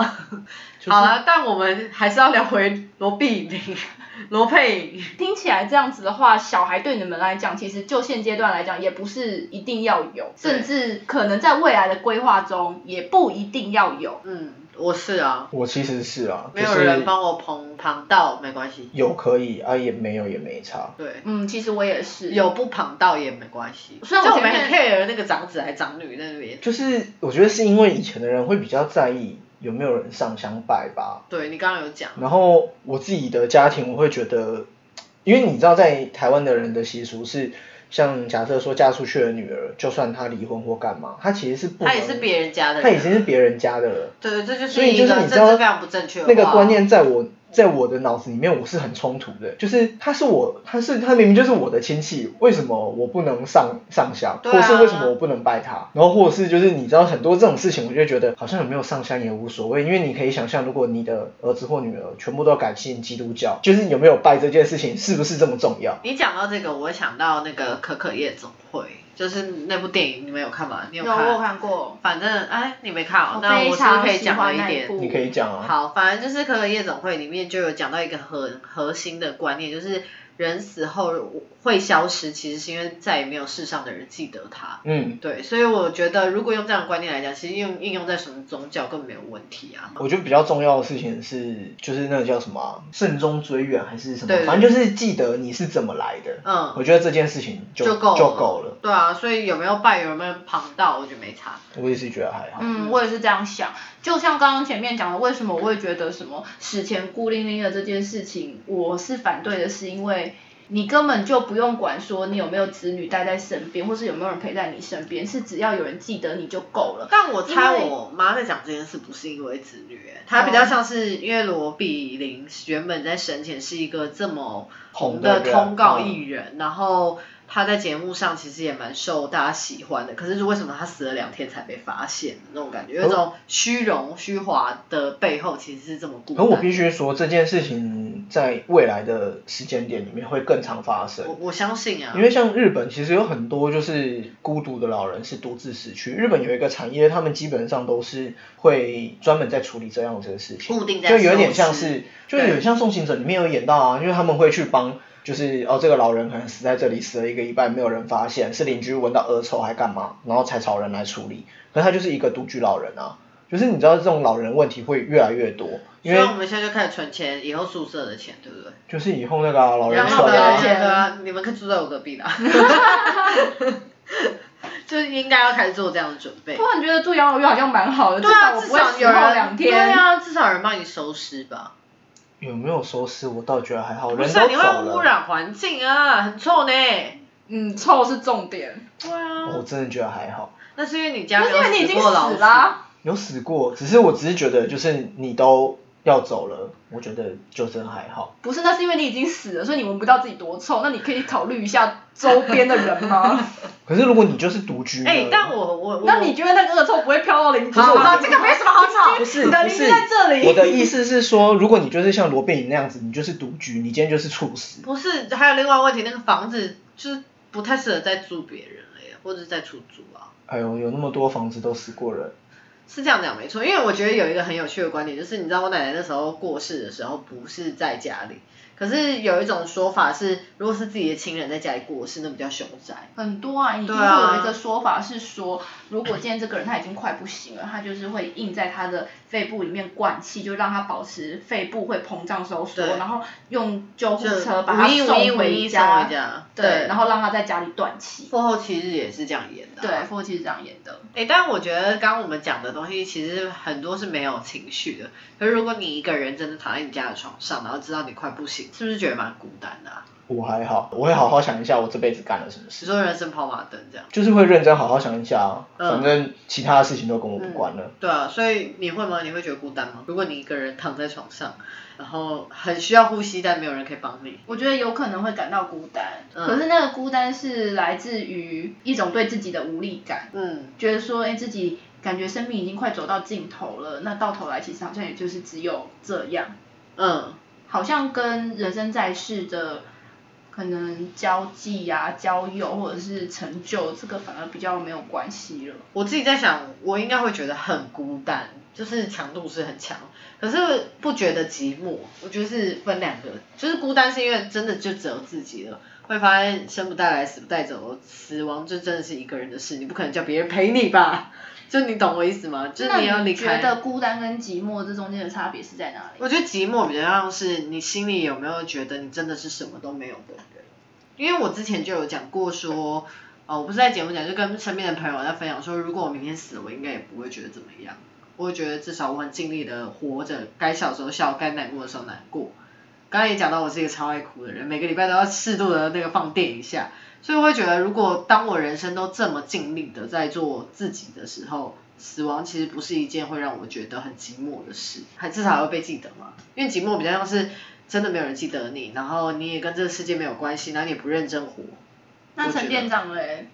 就是好了，但我们还是要聊回罗碧玲、 罗佩颖。听起来这样子的话，小孩对你们来讲，其实就现阶段来讲，也不是一定要有，对甚至可能在未来的规划中，也不一定要有。嗯，我是啊，我其实是啊，没有就是人帮我捧捧到，没关系。有可以啊，也没有也没差。对，嗯，其实我也是有不捧到也没关系。虽然我就我前们面很 care 那个长子还长女那边。就是我觉得是因为以前的人会比较在意有没有人上香拜吧，对你刚刚有讲，然后我自己的家庭我会觉得，因为你知道在台湾的人的习俗是，像假设说嫁出去的女儿，就算她离婚或干嘛，她其实是不能他也是别人家的人。啊她已经是别人家的了。对，这就是所以一就是个你政知道治非常不正确的那个话观念在我在我的脑子里面我是很冲突的，就是他是我，他是他明明就是我的亲戚，为什么我不能上上香，对啊或是为什么我不能拜他？然后或者是就是你知道很多这种事情，我就觉得好像有没有上香也无所谓，因为你可以想象，如果你的儿子或女儿全部都改信基督教，就是有没有拜这件事情是不是这么重要？你讲到这个，我想到那个可可夜总会，就是那部电影，你们有看吗？你有看？我有看过，反正哎，你没看哦我，那我是非不是常可以喜讲了欢一那点一。部。你可以讲啊，好，反正就是可可夜总会里面就有讲到一个很核心的观念，就是人死后会消失，其实是因为再也没有世上的人记得他。嗯。对，所以我觉得如果用这样的观念来讲，其实用应用在什么宗教根本没有问题啊。我觉得比较重要的事情是，就是那个叫什么啊、慎终追远还是什么对，反正就是记得你是怎么来的。嗯，我觉得这件事情就够就够了。。对啊，所以有没有拜有没有旁道，我觉得没差。我也是觉得还好。嗯，我也是这样想。就像刚刚前面讲的，为什么我会觉得什么史前孤零零的这件事情，我是反对的，是因为你根本就不用管说你有没有子女待在身边，或是有没有人陪在你身边，是只要有人记得你就够 了。但我猜因为我妈在讲这件事不是因为子女、欸，她比哦较像是因为罗碧玲原本在生前是一个这么红红的的人嗯通告艺人，然后她在节目上其实也蛮受大家喜欢的，可是为什么她死了两天才被发现那种感觉，有一哦种虚荣虚华的背后其实是这么孤可我单。必须说，这件事情在未来的时间点里面会更常发生我。我相信啊，因为像日本，其实有很多就是孤独的老人是独自死去。日本有一个产业，他们基本上都是会专门在处理这样子的事情，固定在就有收点尸像是，就有点像《送行者》里面有演到啊，因为他们会去帮，就是哦这个老人可能死在这里，死了一个礼拜没有人发现，是邻居闻到恶臭还干嘛，然后才找人来处理。可是他就是一个独居老人啊，就是你知道这种老人问题会越来越多，因所为以我们现在就开始存钱，以后宿舍的钱，对不对？就是以后那个啊、老人然养后老手的对啊啊，人对啊，你们可以住在我隔 壁啦。就是应该要开始做这样的准备突。然觉得住养老院好像蛮好的，对啊，呃至至少少我不会有死后人两对天。啊，至少有人帮你收尸吧。有没有收尸，我倒觉得还好，不人是都啊，走你会了。污染环境啊，很臭呢。嗯，臭是重点，对啊我，真的觉得还好，那是因为你家那没是因为你已有经过老鼠死啦、。有死过，只是我只是觉得就是你都要走了，我觉得就真的还好。不是，那是因为你已经死了，所以你闻不到自己多臭。那你可以考虑一下周边的人 吗？可是如果你就是独居呢，哎，但我我我，那你觉得那个恶臭不会飘到邻居？好好，吗？这个没什么好吵。不是你的不名字是在这里我的意思是说，如果你就是像罗贝影那样子，你就是独居，你今天就是猝死。不是，还有另外一个问题，那个房子就是不太适合再租别人了耶，或者是再出租啊。哎呦，有那么多房子都死过人，是这样讲没错，因为我觉得有一个很有趣的观点，就是你知道我奶奶那时候过世的时候不是在家里，可是有一种说法是，如果是自己的亲人在家里过世，那比较凶宅。很多啊，你听对啊过有一个说法是说，如果今天这个人他已经快不行了，他就是会硬在他的肺部里面灌气，就让他保持肺部会膨胀收缩，对然后用救护就车把他五一送五一五回一送回家，家，对，然后后让他在家里断气。过后其实也是这样演的、对，。父亲是这样演的。哎，但我觉得刚刚我们讲的东西其实很多是没有情绪的，可是如果你一个人真的躺在你家的床上，然后知道你快不行，是不是觉得蛮孤单的、啊？我还好，我会好好想一下我这辈子干了什么只事，说人生跑马灯这样。就是会认真好好想一下啊。嗯反正其他的事情都跟我无关了。嗯对啊，所以你会吗？你会觉得孤单吗？如果你一个人躺在床上，然后很需要呼吸，但没有人可以帮你。我觉得有可能会感到孤单，嗯可是那个孤单是来自于一种对自己的无力感，嗯，觉得说，哎、自己感觉生命已经快走到尽头了，那到头来其实好像也就是只有这样，嗯，好像跟人生在世的可能交际呀、交友或者是成就，这个反而比较没有关系了。我自己在想，我应该会觉得很孤单，就是强度是很强，可是不觉得寂寞。我觉得是分两个，就是孤单是因为真的就只有自己了，会发现生不带来，死不带走，死亡就真的是一个人的事，你不可能叫别人陪你吧？ 就你懂我意思吗？就是那要离开。觉得孤单跟寂寞这中间的差别是在哪里？我觉得寂寞比较像是你心里有没有觉得你真的是什么都没有的人，因为我之前就有讲过说，呃，我不是在节目讲，就跟身边的朋友在分享说，如果我明天死了，我应该也不会觉得怎么样，我会觉得至少我很尽力的活着，该笑的时候笑，该难过的时候难过，刚刚也讲到我是一个超爱哭的人，每个礼拜都要适度的那个放电一下，所以我会觉得，如果当我人生都这么尽力的在做自己的时候，死亡其实不是一件会让我觉得很寂寞的事，还至少会被记得嘛。因为寂寞比较像是真的没有人记得你，然后你也跟这个世界没有关系，然后你也不认真活。我那觉陈得店长嘞，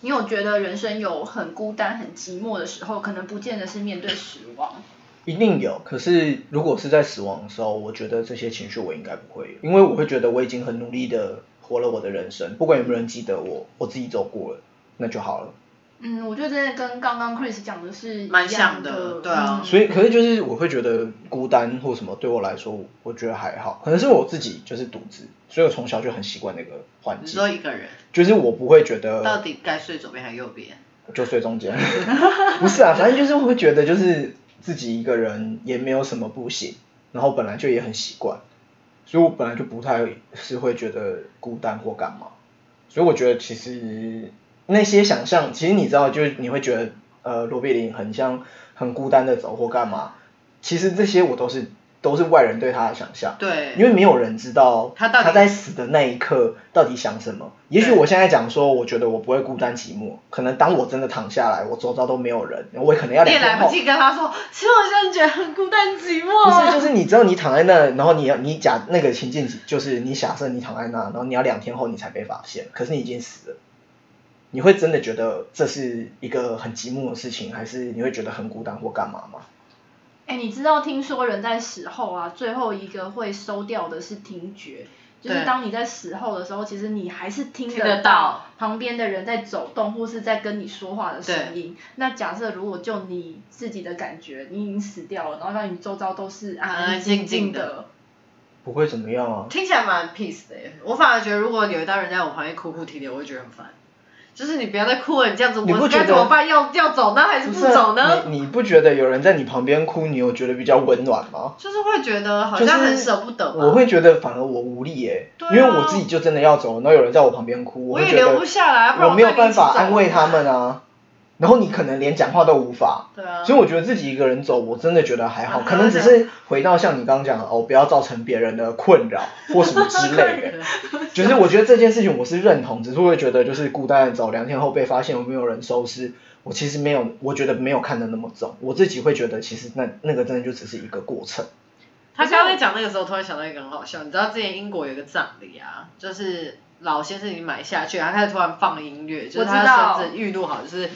你有觉得人生有很孤单、很寂寞的时候，可能不见得是面对死亡。一定有，可是如果是在死亡的时候，我觉得这些情绪我应该不会有，因为我会觉得我已经很努力的活了我的人生，不管有没有人记得我，我自己走过了，那就好了。嗯，我觉得真的跟刚刚 Chris 讲的是一蛮样像的对啊嗯所以，可是就是我会觉得孤单或什么对我来说，我觉得还好，可能是我自己就是独自，所以我从小就很习惯那个环你境，说一个人就是我不会觉到得底该睡左边还是右边？就睡中间， 不是啊，反正就是我会觉得就是自己一个人也没有什么不行，然后本来就也很习惯，所以我本来就不太是会觉得孤单或干嘛，所以我觉得其实那些想象，其实你知道，就是你会觉得呃罗碧玲很像很孤单的走或干嘛，其实这些我都是都是外人对她的想象，对，因为没有人知道他到底在死的那一刻到底想什么。也许我现在讲说，我觉得我不会孤单寂寞，可能当我真的躺下来，我周遭都没有人，我可能要你也两来天不后。及跟他说，其实我现在觉得很孤单寂寞。不是，就是你知道你躺在那，然后你要你假那个情境就是你假设你躺在那，然后你要两天后你才被发现，可是你已经死了，你会真的觉得这是一个很寂寞的事情，还是你会觉得很孤单或干嘛吗？哎、你知道听说人在死后啊，最后一个会收掉的是听觉，就是对当你在死后的时候，其实你还是听听得到到旁边的人在走动或是在跟你说话的声音。那假设如果就你自己的感觉，你已经死掉了，然后让你周遭都是安安啊安静静安静静的的，不会怎么样啊，听起来蛮 peace 的耶。我反而觉得，如果有一道人在我旁边哭哭啼啼，我会觉得很烦。就是你不要再哭了，你这样子你不我觉该得怎么办？要要走呢，还是不啊走呢？你你不觉得有人在你旁边哭，你有觉得比较温暖吗？就是会觉得好像很舍不得吧。我会觉得反而我无力耶、对啊因为我自己就真的要走，然后有人在我旁边哭，我会也觉得留不下来不然我我没有跟你办一起走法安慰他们啊。然后你可能连讲话都无法，对啊所以我觉得自己一个人走，我真的觉得还好，啊可能只是回到像你刚刚讲的哦，不要造成别人的困扰或什么之类的。 就是我觉得这件事情我是认同，只是会觉得就是孤单的走，两天后被发现有没有人收尸，我其实没有，我觉得没有看得那么重，我自己会觉得其实那那个真的就只是一个过程。他刚刚在讲那个时候，突然想到一个很好笑，你知道之前英国有一个葬礼啊，就是老先生已经买下去，他开始突然放音乐，就是我知道他甚至预录好，就是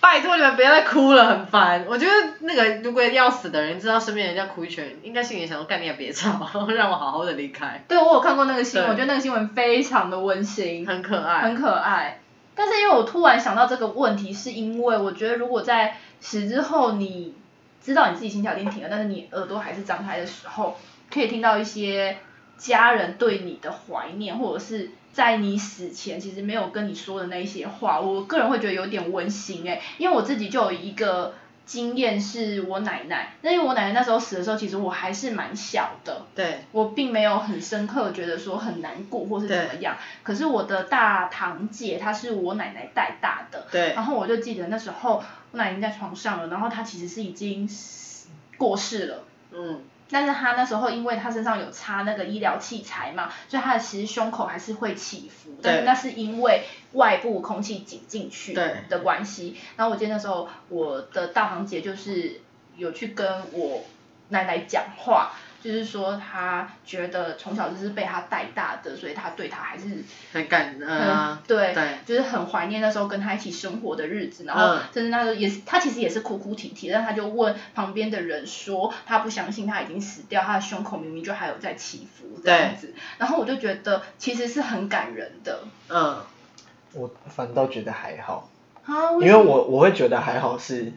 拜托你们别再哭了，很烦。我觉得那个如果要死的人知道身边人家哭一圈，应该心里想说干你也别吵， 让我好好的离开，对我有看过那个新闻，对我觉得那个新闻非常的温馨。很可爱。很可爱。但是因为我突然想到这个问题，是因为我觉得如果在死之后，你知道你自己心跳已经停了，但是你耳朵还是张开的时候，可以听到一些家人对你的怀念，或者是在你死前其实没有跟你说的那一些话，我个人会觉得有点温馨哎、因为我自己就有一个经验是我奶奶，那因为我奶奶那时候死的时候，其实我还是蛮小的，对，我并没有很深刻觉得说很难过或是怎么样。可是我的大堂姐她是我奶奶带大的，对然后我就记得那时候我奶奶已经在床上了，然后她其实是已经死过世了。嗯，但是她那时候，因为她身上有插那个医疗器材嘛，所以她的其实胸口还是会起伏，但是对那是因为外部空气挤进去对的关系。然后我记得那时候我的大堂姐就是有去跟我奶奶讲话，就是说她觉得从小就是被她带大的，所以她对她还是很感恩嗯啊，，对，对就是很怀念那时候跟他一起生活的日子，然后嗯甚至那时候也是他其实也是哭哭啼啼，但他就问旁边的人说，他不相信他已经死掉，他的胸口明明就还有在起伏这样子，然后我就觉得其实是很感人的嗯，我反倒觉得还好，啊，因为我我会觉得还好是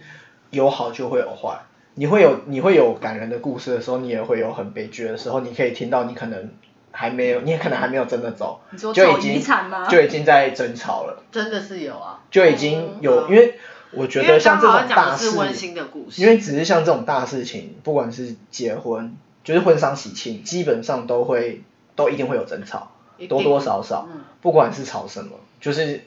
有好就会有坏，你会有你会有感人的故事的时候，你也会有很悲剧的时候，你可以听到你可能还没有，你也可能还没有真的走你说，就走已经遗产吗就已经在争吵了，真的是有啊。就已经有，嗯因为我觉因得为像这刚好种讲大的事，是温馨的故事因为只是像这种大事情，不管是结婚，就是婚丧喜庆，基本上都会都一定会有争吵一定，多多少少，嗯不管是吵什么，就是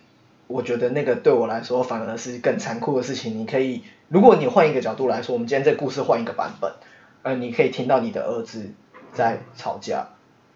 我觉得那个对我来说反而是更残酷的事情。你可以，如果你换一个角度来说，我们今天这个故事换一个版本，呃，你可以听到你的儿子在吵架，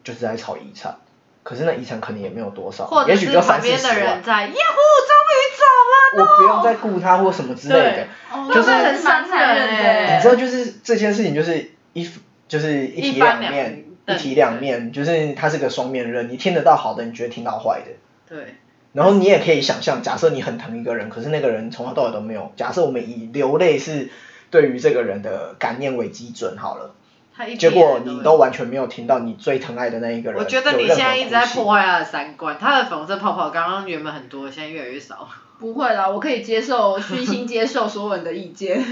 就是在炒遗产，可是那遗产可能也没有多少，或者也许是就三旁四边十的人万，在，耶呼，终于走了，我不用再顾他或什么之类的对。哦就是那真的蛮残忍的你知道，就是这件事情就是一就是一体一翻面，两一面体两面，就是它是个双面刃，你听得到好的，你觉得听到坏的。对，然后你也可以想象，假设你很疼一个人，可是那个人从头到尾都没有。假设我们以流泪是对于这个人的感念为基准好了，他一结点果也你没都有。完全没有听到你最疼爱的那一个人。我觉得你现在一直在。破坏他的三观，他的粉红色泡泡刚刚原本很多，现在越来越少。不会啦，我可以接受，虚心接受所有人的意 见。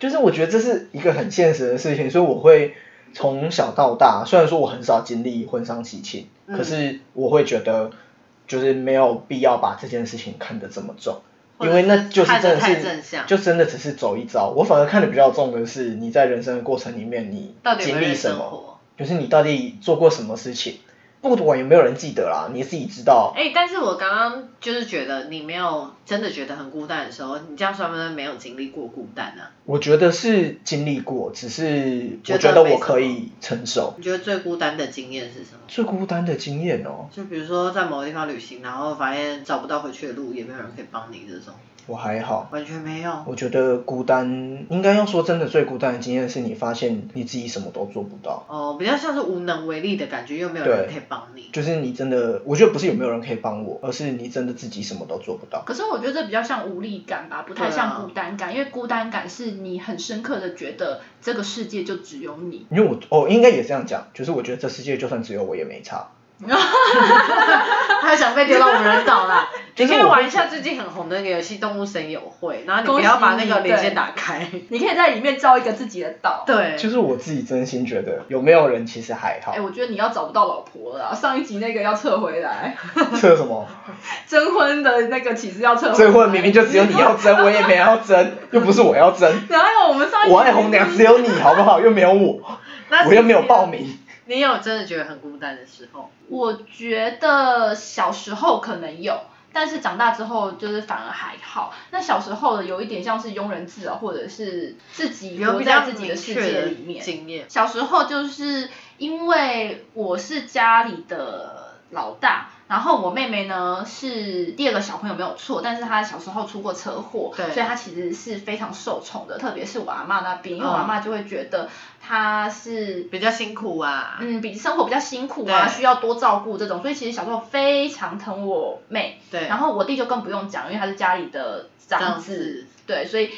就是我觉得这是一个很现实的事情，所以我会从小到大，虽然说我很少经历婚丧喜庆，嗯可是我会觉得就是没有必要把这件事情看得这么重，或因者为那就是看真得的太是正向就真的只是走一遭。我反而看得比较重的是你在人生的过程里面你到底有经没有历人什生么，活？就是你到底做过什么事情，不管有没有人记得啦，你自己知道。哎、但是我刚刚就是觉得你没有真的觉得很孤单的时候，你这样算不算没有经历过孤单啊？我觉得是经历过，只是觉我得觉得没我什可么以承受。你觉得最孤单的经验是什么？最孤单的经验哦，就比如说在某个地方旅行，然后发现找不到回去的路，也没有人可以帮你这种，我还好。完全没有。我觉得孤单，应该要说真的最孤单的经验是你发现你自己什么都做不到，哦，比较像是无能为力的感觉，又没有对人可以帮你。 就是你真的，我觉得不是有没有人可以帮我，而是你真的自己什么都做不到。可是我觉得这比较像无力感吧，不太啊像孤单感，因为孤单感是你很深刻的觉得这个世界就只有你。因为我哦，应该也这样讲，就是我觉得这世界就算只有我也没差。他想被丢到无人 岛啦。就你是可我以玩一下最近很红的那个游戏《动物森友会》，然后你不要把那个连接打开。 你可以在里面造一个自己的岛。对，就是我自己真心觉得有没有人其实还好哎、。我觉得你要找不到老婆了啊、上一集那个要撤回来， 这什么？征婚的那个其实要撤回来。这婚明明就只有你要争，我也没要争，又不是我要争。然后我们上一集我爱红娘只有你好不好？又没有我，那我又没有报。名。你有真的觉得很孤单的时候？我觉得小时候可能有，但是长大之后就是反而还好。那小时候的有一点像是庸人自扰，或者是自己有活比在较自己明的世确界的里面。经验。小时候就是因为我是家里的老大，然后我妹妹呢是第二个小朋友没有错，但是她小时候出过车祸，对所以她其实是非常受宠的，特别是我阿妈那边，因为嗯我阿妈就会觉得她是。比较辛苦啊。嗯，比生活比较辛苦啊，对需要多照顾这种，所以其实小时候非常疼我妹，对。然后我弟就更不用讲，因为他是家里的这长样子，子，对，所以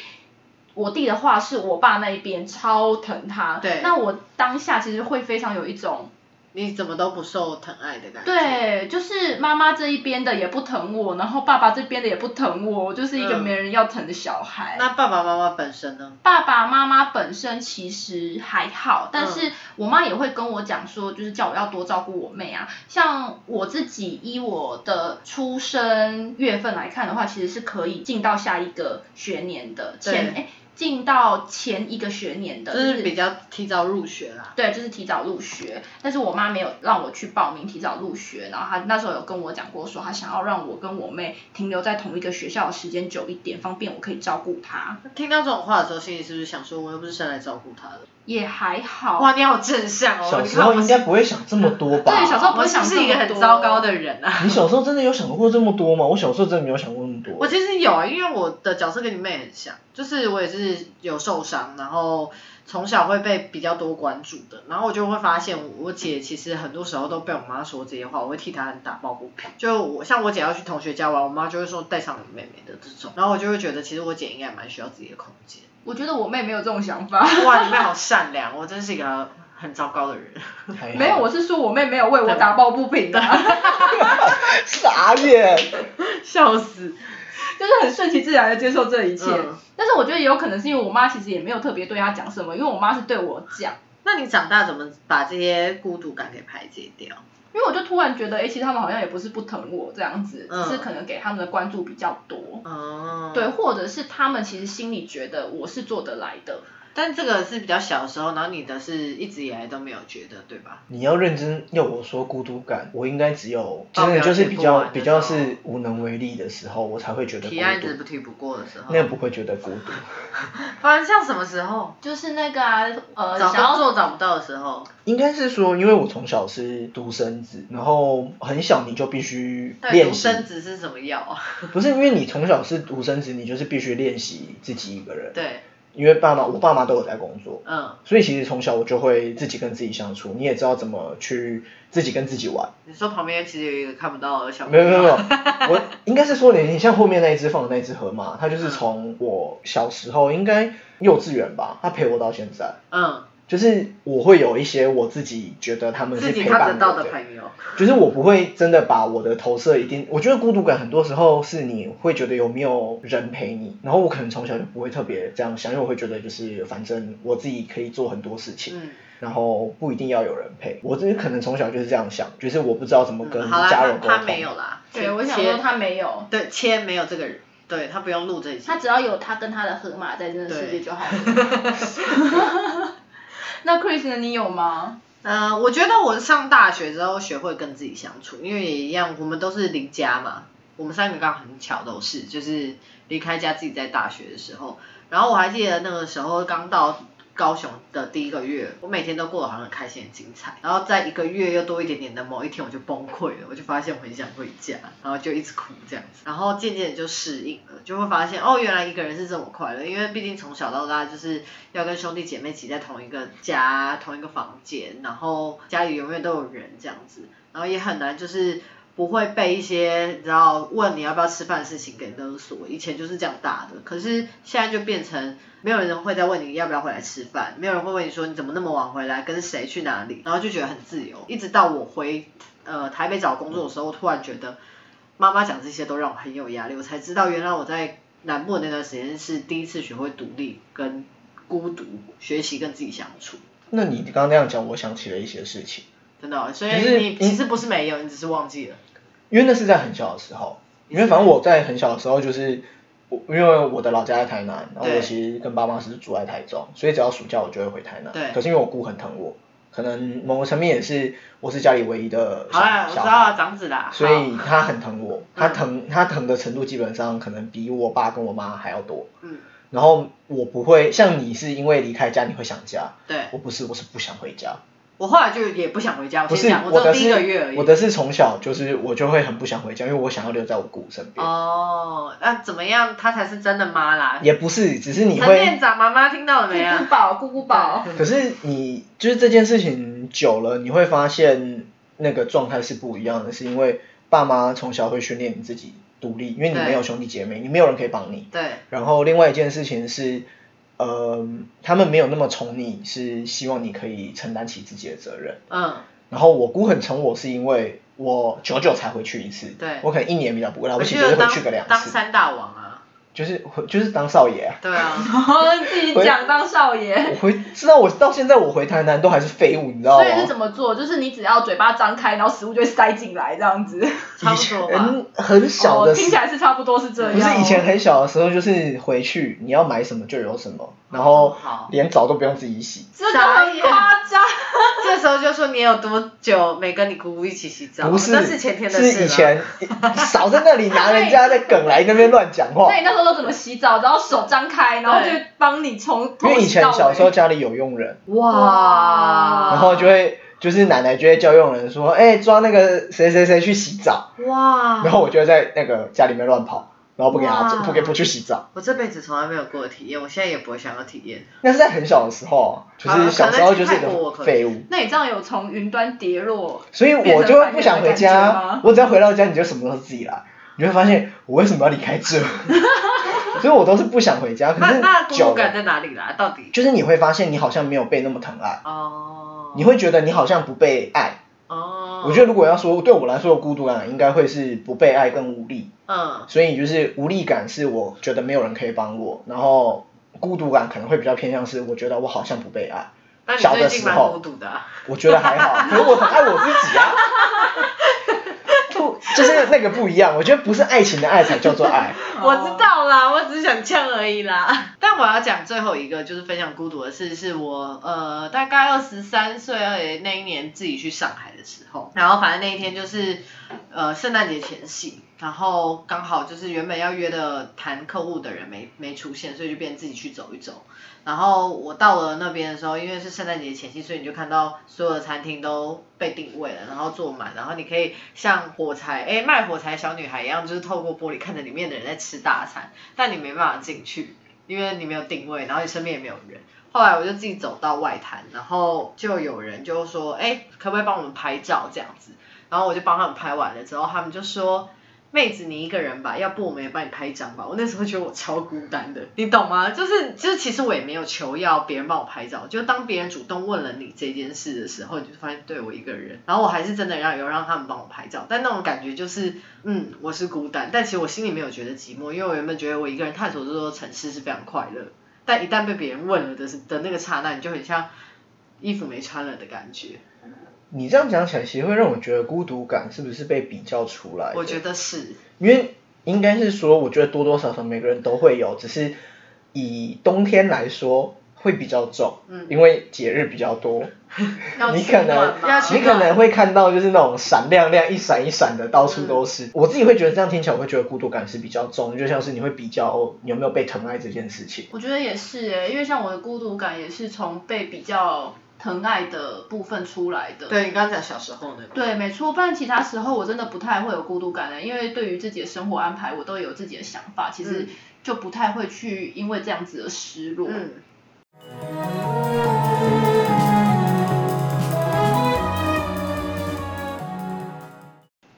我弟的话是我爸那一边超疼他。对那我当下其实会非常有一种，你怎么都不受疼爱的感觉。。对，就是妈妈这一边的也不疼我，然后爸爸这边的也不疼我，我就是一个嗯没人要疼的小孩。那爸爸妈妈本身呢？爸爸妈妈本身其实还好，但嗯是我妈也会跟我讲说，就是叫我要多照顾我妹啊。像我自己依我的出生月份来看的话，其实是可以进到下一个学年的对前哎进到前一个学年的，就就是是比较提早入学啦。对，就是提早入学，但是我妈没有让我去报名提早入学，然后她那时候有跟我讲过说，她想要让我跟我妹停留在同一个学校的时间久一点，方便我可以照顾她，听到这种话的时候，心里是不是想说，我又不是生来照顾他的？也还好。哇，你好正向哦！小你时看候我应是该不会想这么多吧？对小时候不会我是想不是一个这很么多糟糕的人啊。 你小时候真的有想过这么多吗？我小时候真的没有想过那么多。我其实有啊，因为我的角色跟你妹很像，就是我也是有受伤，然后从小会被比较多关注的，然后我就会发现我姐其实很多时候都被我妈说这些话，我会替她很打抱不平。就我像我姐要去同学家玩，我妈就会说带上你妹妹的这种，然后我就会觉得其实我姐应该蛮需要自己的空 间。我觉得我妹没有这种想法，哇，你妹好善良，我真是一个很糟糕的人。还好没有，我是说我妹没有为我打抱不平啊的，傻眼。 笑死！就是很顺其自然的接受这一切。嗯但是我觉得也有可能是因为我妈其实也没有特别对她讲什么，因为我妈是对我讲，那你长大怎么把这些孤独感给排解掉？因为我就突然觉得，哎、其实他们好像也不是不疼我这样子，嗯只是可能给他们的关注比较多。哦，对，，或者是他们其实心里觉得我是做得来的，但这个是比较小的时候，然后你的是一直以来都没有觉得，对吧？你要认真要我说孤独感，我应该只有报真的表就是写比哦不较完的比较时候是无能为力的时候，我才会觉得孤提案子独，不提不过的时候，那个不会觉得孤独。反正像什么时候就是那个啊，呃，找想工要作找不到的时候，应该是说，因为我从小是独生子，然后很小你就必须对，练独习，生子是什么药啊？不是因为你从小是独生子，你就是必须练习自己一个人。，对，因为爸妈，我爸妈都有在工作，嗯，所以其实从小我就会自己跟自己相处，你也知道怎么去自己跟自己玩。你说旁边其实有一个看不到的小朋没友，有没有没有，我应该是说你你像后面那一只放的那只河马，它就是从我小时候应该幼稚园吧，它陪我到现在。嗯，就是我会有一些我自己觉得他们是自己陪看伴得到我的朋友，就是我不会真的把我的投射一定，我觉得孤独感很多时候是你会觉得有没有人陪你，然后我可能从小就不会特别这样想，因为我会觉得就是反正我自己可以做很多事情，嗯，然后不一定要有人陪。我只是可能从小就是这样想，就是我不知道怎么跟嗯好啦，家人沟他通。他没有啦，对我想说切他没有，对切没有这个人，对他不用录这一集他，只要有他跟他的河马在这个世界对就好了。 那 Chris 呢？你有吗？嗯，我觉得我上大学之后学会跟自己相处，因为也一样，我们都是离家嘛。我们三个刚好很巧都是，就是离开家自己在大学的时候。然后我还记得那个时候刚到高雄的第一个月，我每天都过得好像很开心、很精彩。然后在一个月又多一点点的某一天，我就崩溃了，我就发现我很想回家，然后就一直哭这样子。然后渐渐地就适应了，就会发现哦，原来一个人是这么快乐，因为毕竟从小到大就是要跟兄弟姐妹挤在同一个家、同一个房间，然后家里永远都有人这样子，然后也很难就是不会被一些你知道问你要不要吃饭的事情给勒索。以前就是这样大的，可是现在就变成没有人会再问你要不要回来吃饭，没有人会问你说你怎么那么晚回来，跟谁去哪里，然后就觉得很自由。一直到我回呃台北找工作的时候，我突然觉得妈妈讲这些都让我很有压力，我才知道原来我在南部的那段时间是第一次学会独立跟孤独，学习跟自己相处。那你刚刚那样讲，我想起了一些事情，真的哦、所以就是你其实不是没有，你只是忘记了。因为那是在很小的时候，因为反正我在很小的时候就是。我因为我的老家在台南，然后我对其实跟爸妈是住在台中，所以只要暑假我就会回台南。对可是因为我姑很疼我，可能某个层面也是我是家里唯一的小好啦，我知小道孩了，长子啦。所好嗯以他很疼我，他疼他疼的程度基本上可能比我爸跟我妈还要多。嗯，然后我不会像你是因为离开家你会想家，对，我不是，我是不想回家。我后来就也不想回家，不先是讲，只的有第一个月是而已。我的是从小就是我就会很不想回家，因为我想要留在我姑身边。哦，那怎么样？他才是真的妈啦。也不是，只是你陈店会，长妈妈听到了没姑姑啊？宝，姑姑宝，可是你就是这件事情久了，你会发现那个状态是不一样的，是因为爸妈从小会训练你自己独立，因为你对没有兄弟姐妹，你没有人可以帮你。对，然后另外一件事情是，呃，他们没有那么宠你，是希望你可以承担起自己的责任。嗯，然后我姑很宠我，是因为我久久才回去一次，对我可能一年比较不来不及，记就是得回当去个两当次，三大王啊，就是回就是当少爷、啊。对啊。然后哦自己讲当少爷。我回知道我到现在我回台南都还是废物，你知道所以是吗？怎么做？就是你只要嘴巴张开，然后食物就会塞进来这样子。差以不多吧前很小哦，的听时起来是差不多是这样。不是以前很小的时候，就是回去你要买什么就有什么，然后哦好连澡都不用自己洗。这个很夸张。这时候就说你有多久没跟你姑姑一起洗澡？不是，那是前天的事啊是了以前少在那里拿人家的梗来那边乱讲 话那。你那时候都怎么洗澡？然后手张开，然后就帮你从因头为以洗前到尾。小时候家里有佣人，哇，然后就会就是奶奶就会叫佣人说，哎、抓那个谁谁谁去洗澡，哇，然后我就会在那个家里面乱跑，然后不给他做哇不给不去洗澡。我这辈子从来没有过的体验，我现在也不会想要体验。那是在很小的时候，啊就是小时候就是一好可能去泰国我个可以废物，那你这样有从云端跌落？所以我就会不想回变成白人的感觉家吗。我只要回到家，你就什么都自己来，你会发现我为什么要离开这， 所以我都是不想回家。可 那是那孤久独了感在哪里啦？到底？就是你会发现你好像没有被那么疼爱，哦，你会觉得你好像不被爱。哦，我觉得如果要说对我来说的孤独感，应该会是不被爱跟无力，嗯所以就是无力感是我觉得没有人可以帮我，然后孤独感可能会比较偏向是我觉得我好像不被爱，，那你小最的近时蛮孤候哦独的啊、我觉得还好，可是我很爱我自己啊。不，就是那个不一样，我觉得不是爱情的爱才叫做爱。我知道啦，我只是想呛而已啦。但 那我要讲最后一个，就是分享孤独的事，是我呃大概二十三岁而已那一年自己去上海的时候，然后反正那一天就是呃圣诞节前夕，然后刚好就是原本要约的谈客户的人没没出现，所以就变自己去走一走。然后我到了那边的时候，因为是圣诞节前夕，所以你就看到所有的餐厅都被定位了，然后坐满，然后你可以像火柴，哎，卖火柴小女孩一样，就是透过玻璃看着里面的人在吃大餐，但你没办法进去，因为你没有定位，然后你身边也没有人。后来我就自己走到外滩，然后就有人就说，哎，可不可以帮我们拍照这样子？然后我就帮他们拍完了之后，他们就说。妹子，你一个人吧，要不我们也帮你拍一张吧。我那时候觉得我超孤单的，你懂吗？就是就是，其实我也没有求要别人帮我拍照，就当别人主动问了你这件事的时候，你就发现对我一个人。然后我还是真的让有让他们帮我拍照，但那种感觉就是，嗯，我是孤单，但其实我心里没有觉得寂寞，因为我原本觉得我一个人探索这座城市是非常快乐，但一旦被别人问了的是的那个刹那，你就很像衣服没穿了的感觉。你这样讲起来，其实会让我觉得孤独感是不是被比较出来的？我觉得是，因为应该是说，我觉得多多少少每个人都会有，只是以冬天来说会比较重，嗯因为节日比较多， 要你取可暖能嘛要取你可能会看到就是那种闪亮亮、一闪一闪的，到处都嗯是。我自己会觉得这样听起来，我会觉得孤独感是比较重，就像是你会比较你有没有被疼爱这件事情。我觉得也是诶、因为像我的孤独感也是从被比较疼爱的部分出来的。对你刚刚讲小时候那个，对，没错，不然其他时候我真的不太会有孤独感的，欸因为对于自己的生活安排，我都有自己的想法，其实嗯就不太会去因为这样子而失落。嗯。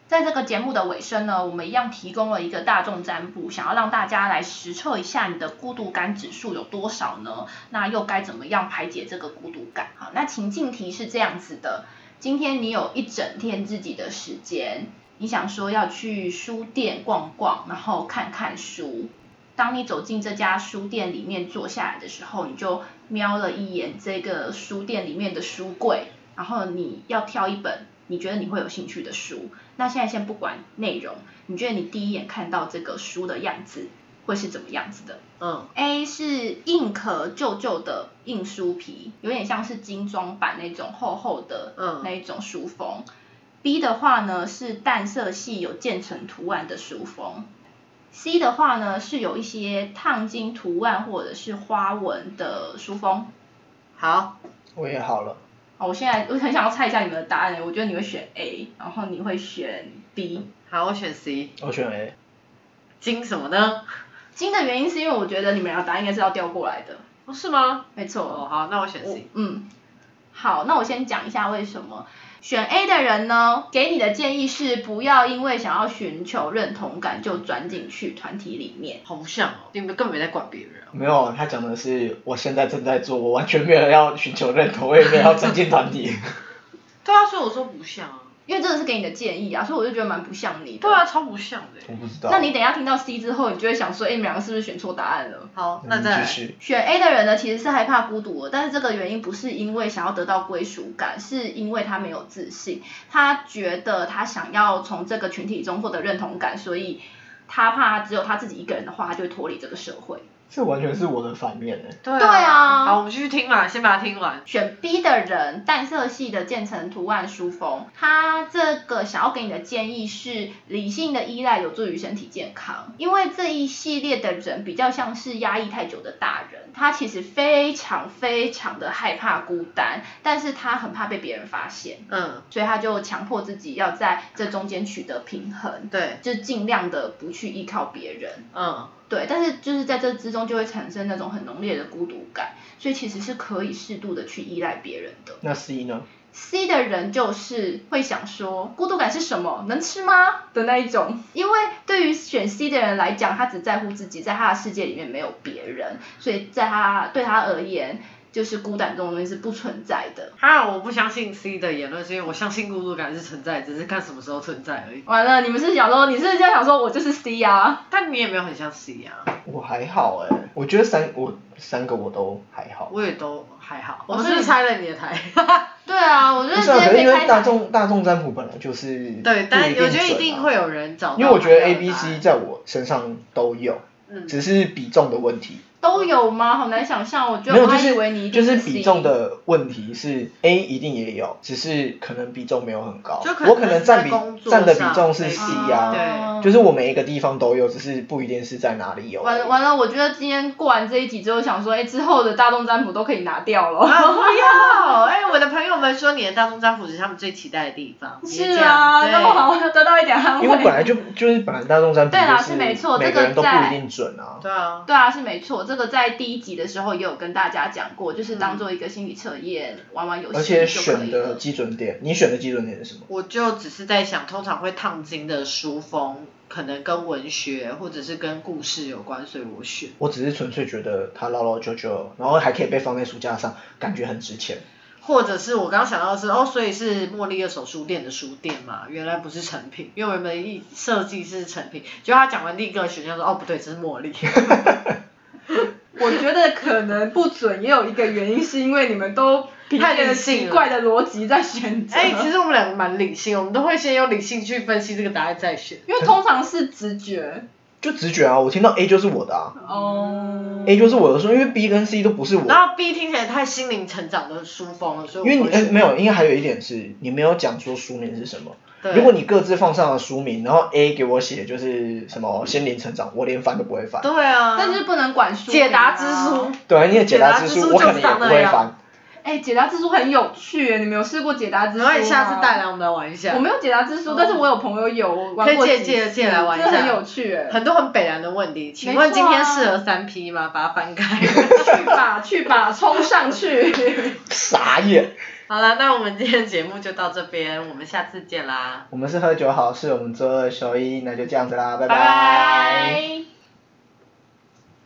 在这个节目的尾声呢，我们一样提供了一个大众占卜，想要让大家来实测一下你的孤独感指数有多少呢？那又该怎么样排解这个孤独感？好，那情境题是这样子的：今天你有一整天自己的时间，你想说要去书店逛逛，然后看看书。当你走进这家书店里面坐下来的时候，你就瞄了一眼这个书店里面的书柜，然后你要挑一本你觉得你会有兴趣的书。那现在先不管内容，你觉得你第一眼看到这个书的样子会是怎么样子的嗯？A 是硬壳旧旧的硬书皮，有点像是精装版那种厚厚的嗯那一种书封。B 的话呢是淡色系有渐层图案的书封。C 的话呢是有一些烫金图案或者是花纹的书封。好，我也好了，哦，我现在我很想要猜一下你们的答案欸，我觉得你会选 A，然后你会选 B。好，我选 C，我选 A。金什么呢？金的原因是因为我觉得你们俩答案应该是要调过来的，哦，是吗？没哦，错。好，那我选我 C。嗯，好，那我先讲一下为什么选 A 的人呢，给你的建议是不要因为想要寻求认同感就钻进去团体里面。好不像哦，你们根本没在管别人哦。没有，啊他讲的是我现在正在做，我完全没有要寻求认同，我也没有要增进团 体。对啊，所以我说不像啊。因为这个是给你的建议啊，所以我就觉得蛮不像你的。对啊，，超不像的。我不知道。那你等一下听到 C 之后，你就会想说，哎、你们两个是不是选错答案了？好，嗯那再继来。续。选 A 的人呢，其实是害怕孤独的，但是这个原因不是因为想要得到归属感，是因为他没有自信，他觉得他想要从这个群体中获得认同感，所以他怕只有他自己一个人的话，他就会脱离这个社会。这完全是我的反面哎。对对啊好，我们继续听嘛，先把它听完。选 B 的人，淡色系的渐层图案书风，他这个想要给你的建议是，理性的依赖有助于身体健康，因为这一系列的人比较像是压抑太久的大人，他其实非常非常的害怕孤单，但是他很怕被别人发现，嗯，所以他就强迫自己要在这中间取得平衡，对，就尽量的不去依靠别人。嗯，对，但是就是在这之中就会产生那种很浓烈的孤独感，所以其实是可以适度的去依赖别人的。那 C 呢？ C 的人就是会想说，孤独感是什么？能吃吗？的那一种。因为对于选 C 的人来讲，他只在乎自己，在他的世界里面没有别人，所以在他对他而言，就是孤单这种东西是不存在的。哈，我不相信 C 的言论，是因为我相信孤独感是存在，只是看什么时候存在而已。完了，你们是想说，你是在想说我就是 C 啊？但你也没有很像 C 啊，我还好哎，我觉得三我三个我都还好。我也都还好。我哦们所以是不你是拆了你的台？对啊，我觉不得是直啊，接可是被因为开大除。众大众占卜本来就是对，但不我觉得一啊一定定准啊会有人找到。因为我觉得 A、B、C 在我身上都有，嗯只是比重的问题。都有吗？好难想象，我觉没得有，我就还以为你是一就定是 C 比重的问题是 A 一定也有，只是可能比重没有很高。就可能我可能占比是在工作占的比上重是类 C 似啊，对就是我每一个地方都有，只是不一定是在哪里有而完已。了完了，我觉得今天过完这一集之后，想说，哎，之后的大众占卜都可以拿掉了。啊，不要！哎、我的朋友们说你的大众占卜是他们最期待的地方。你也 是这样啊，对那么好，得到一点安慰。因为本来就就是本来大众占卜啊对啦就是没错每这个个人都不在一定准啊。对啊，对啊，是没错，这个在第一集的时候也有跟大家讲过，就是当做一个心理测验，玩玩游而戏且就可选以的了。基准点，你选的基准点是什么？我就只是在想，通常会烫金的书风，可能跟文学或者是跟故事有关，所以我选。我只是纯粹觉得它唠唠啾啾，然后还可以被放在书架上，感觉很值钱。或者是我刚刚想到的是，哦，所以是茉莉二手书店的书店嘛，原来不是成品，因为我原本一设计是成品，结果他讲完第一个选项说，哦，不对，这是 茉莉。我觉得可能不准，也有一个原因是因为你们都太有理性奇了怪的逻辑在选择。哎、其实我们两个蛮理性，我们都会先用理性去分析这个答案再选。因为通常是直觉。就直觉啊，我听到 A 就是我的啊哦。 ，A 就是我的说，因为 B 跟 C 都不是我的。然后 B 听起来太心灵成长的书风了，所以因我为你、不会呃、选没有，应该还有一点是你没有讲说书名是什么。对如果你各自放上了书名，然后 A 给我写就是什么心灵成长，我连翻都不会翻。对啊，但是不能管书、解答之书。对啊，你的解答之解答之书书我可能就是也长不那会样翻。哎、解答之书很有趣耶，你们有试过解答之没书吗？关系，下次带来我们来玩一下。我没有解答之书，但是我有朋友有玩过可以借几借次借来玩一下真的很有趣哎。很多很北然的问题，请没问错今啊天适合三 P 吗？把它翻 开。去吧，去吧，冲上去！傻眼。好了，那我们今天的节目就到这边，我们下次见啦。我们是喝酒好事，我们周二休一，那就这样子啦，拜拜拜拜。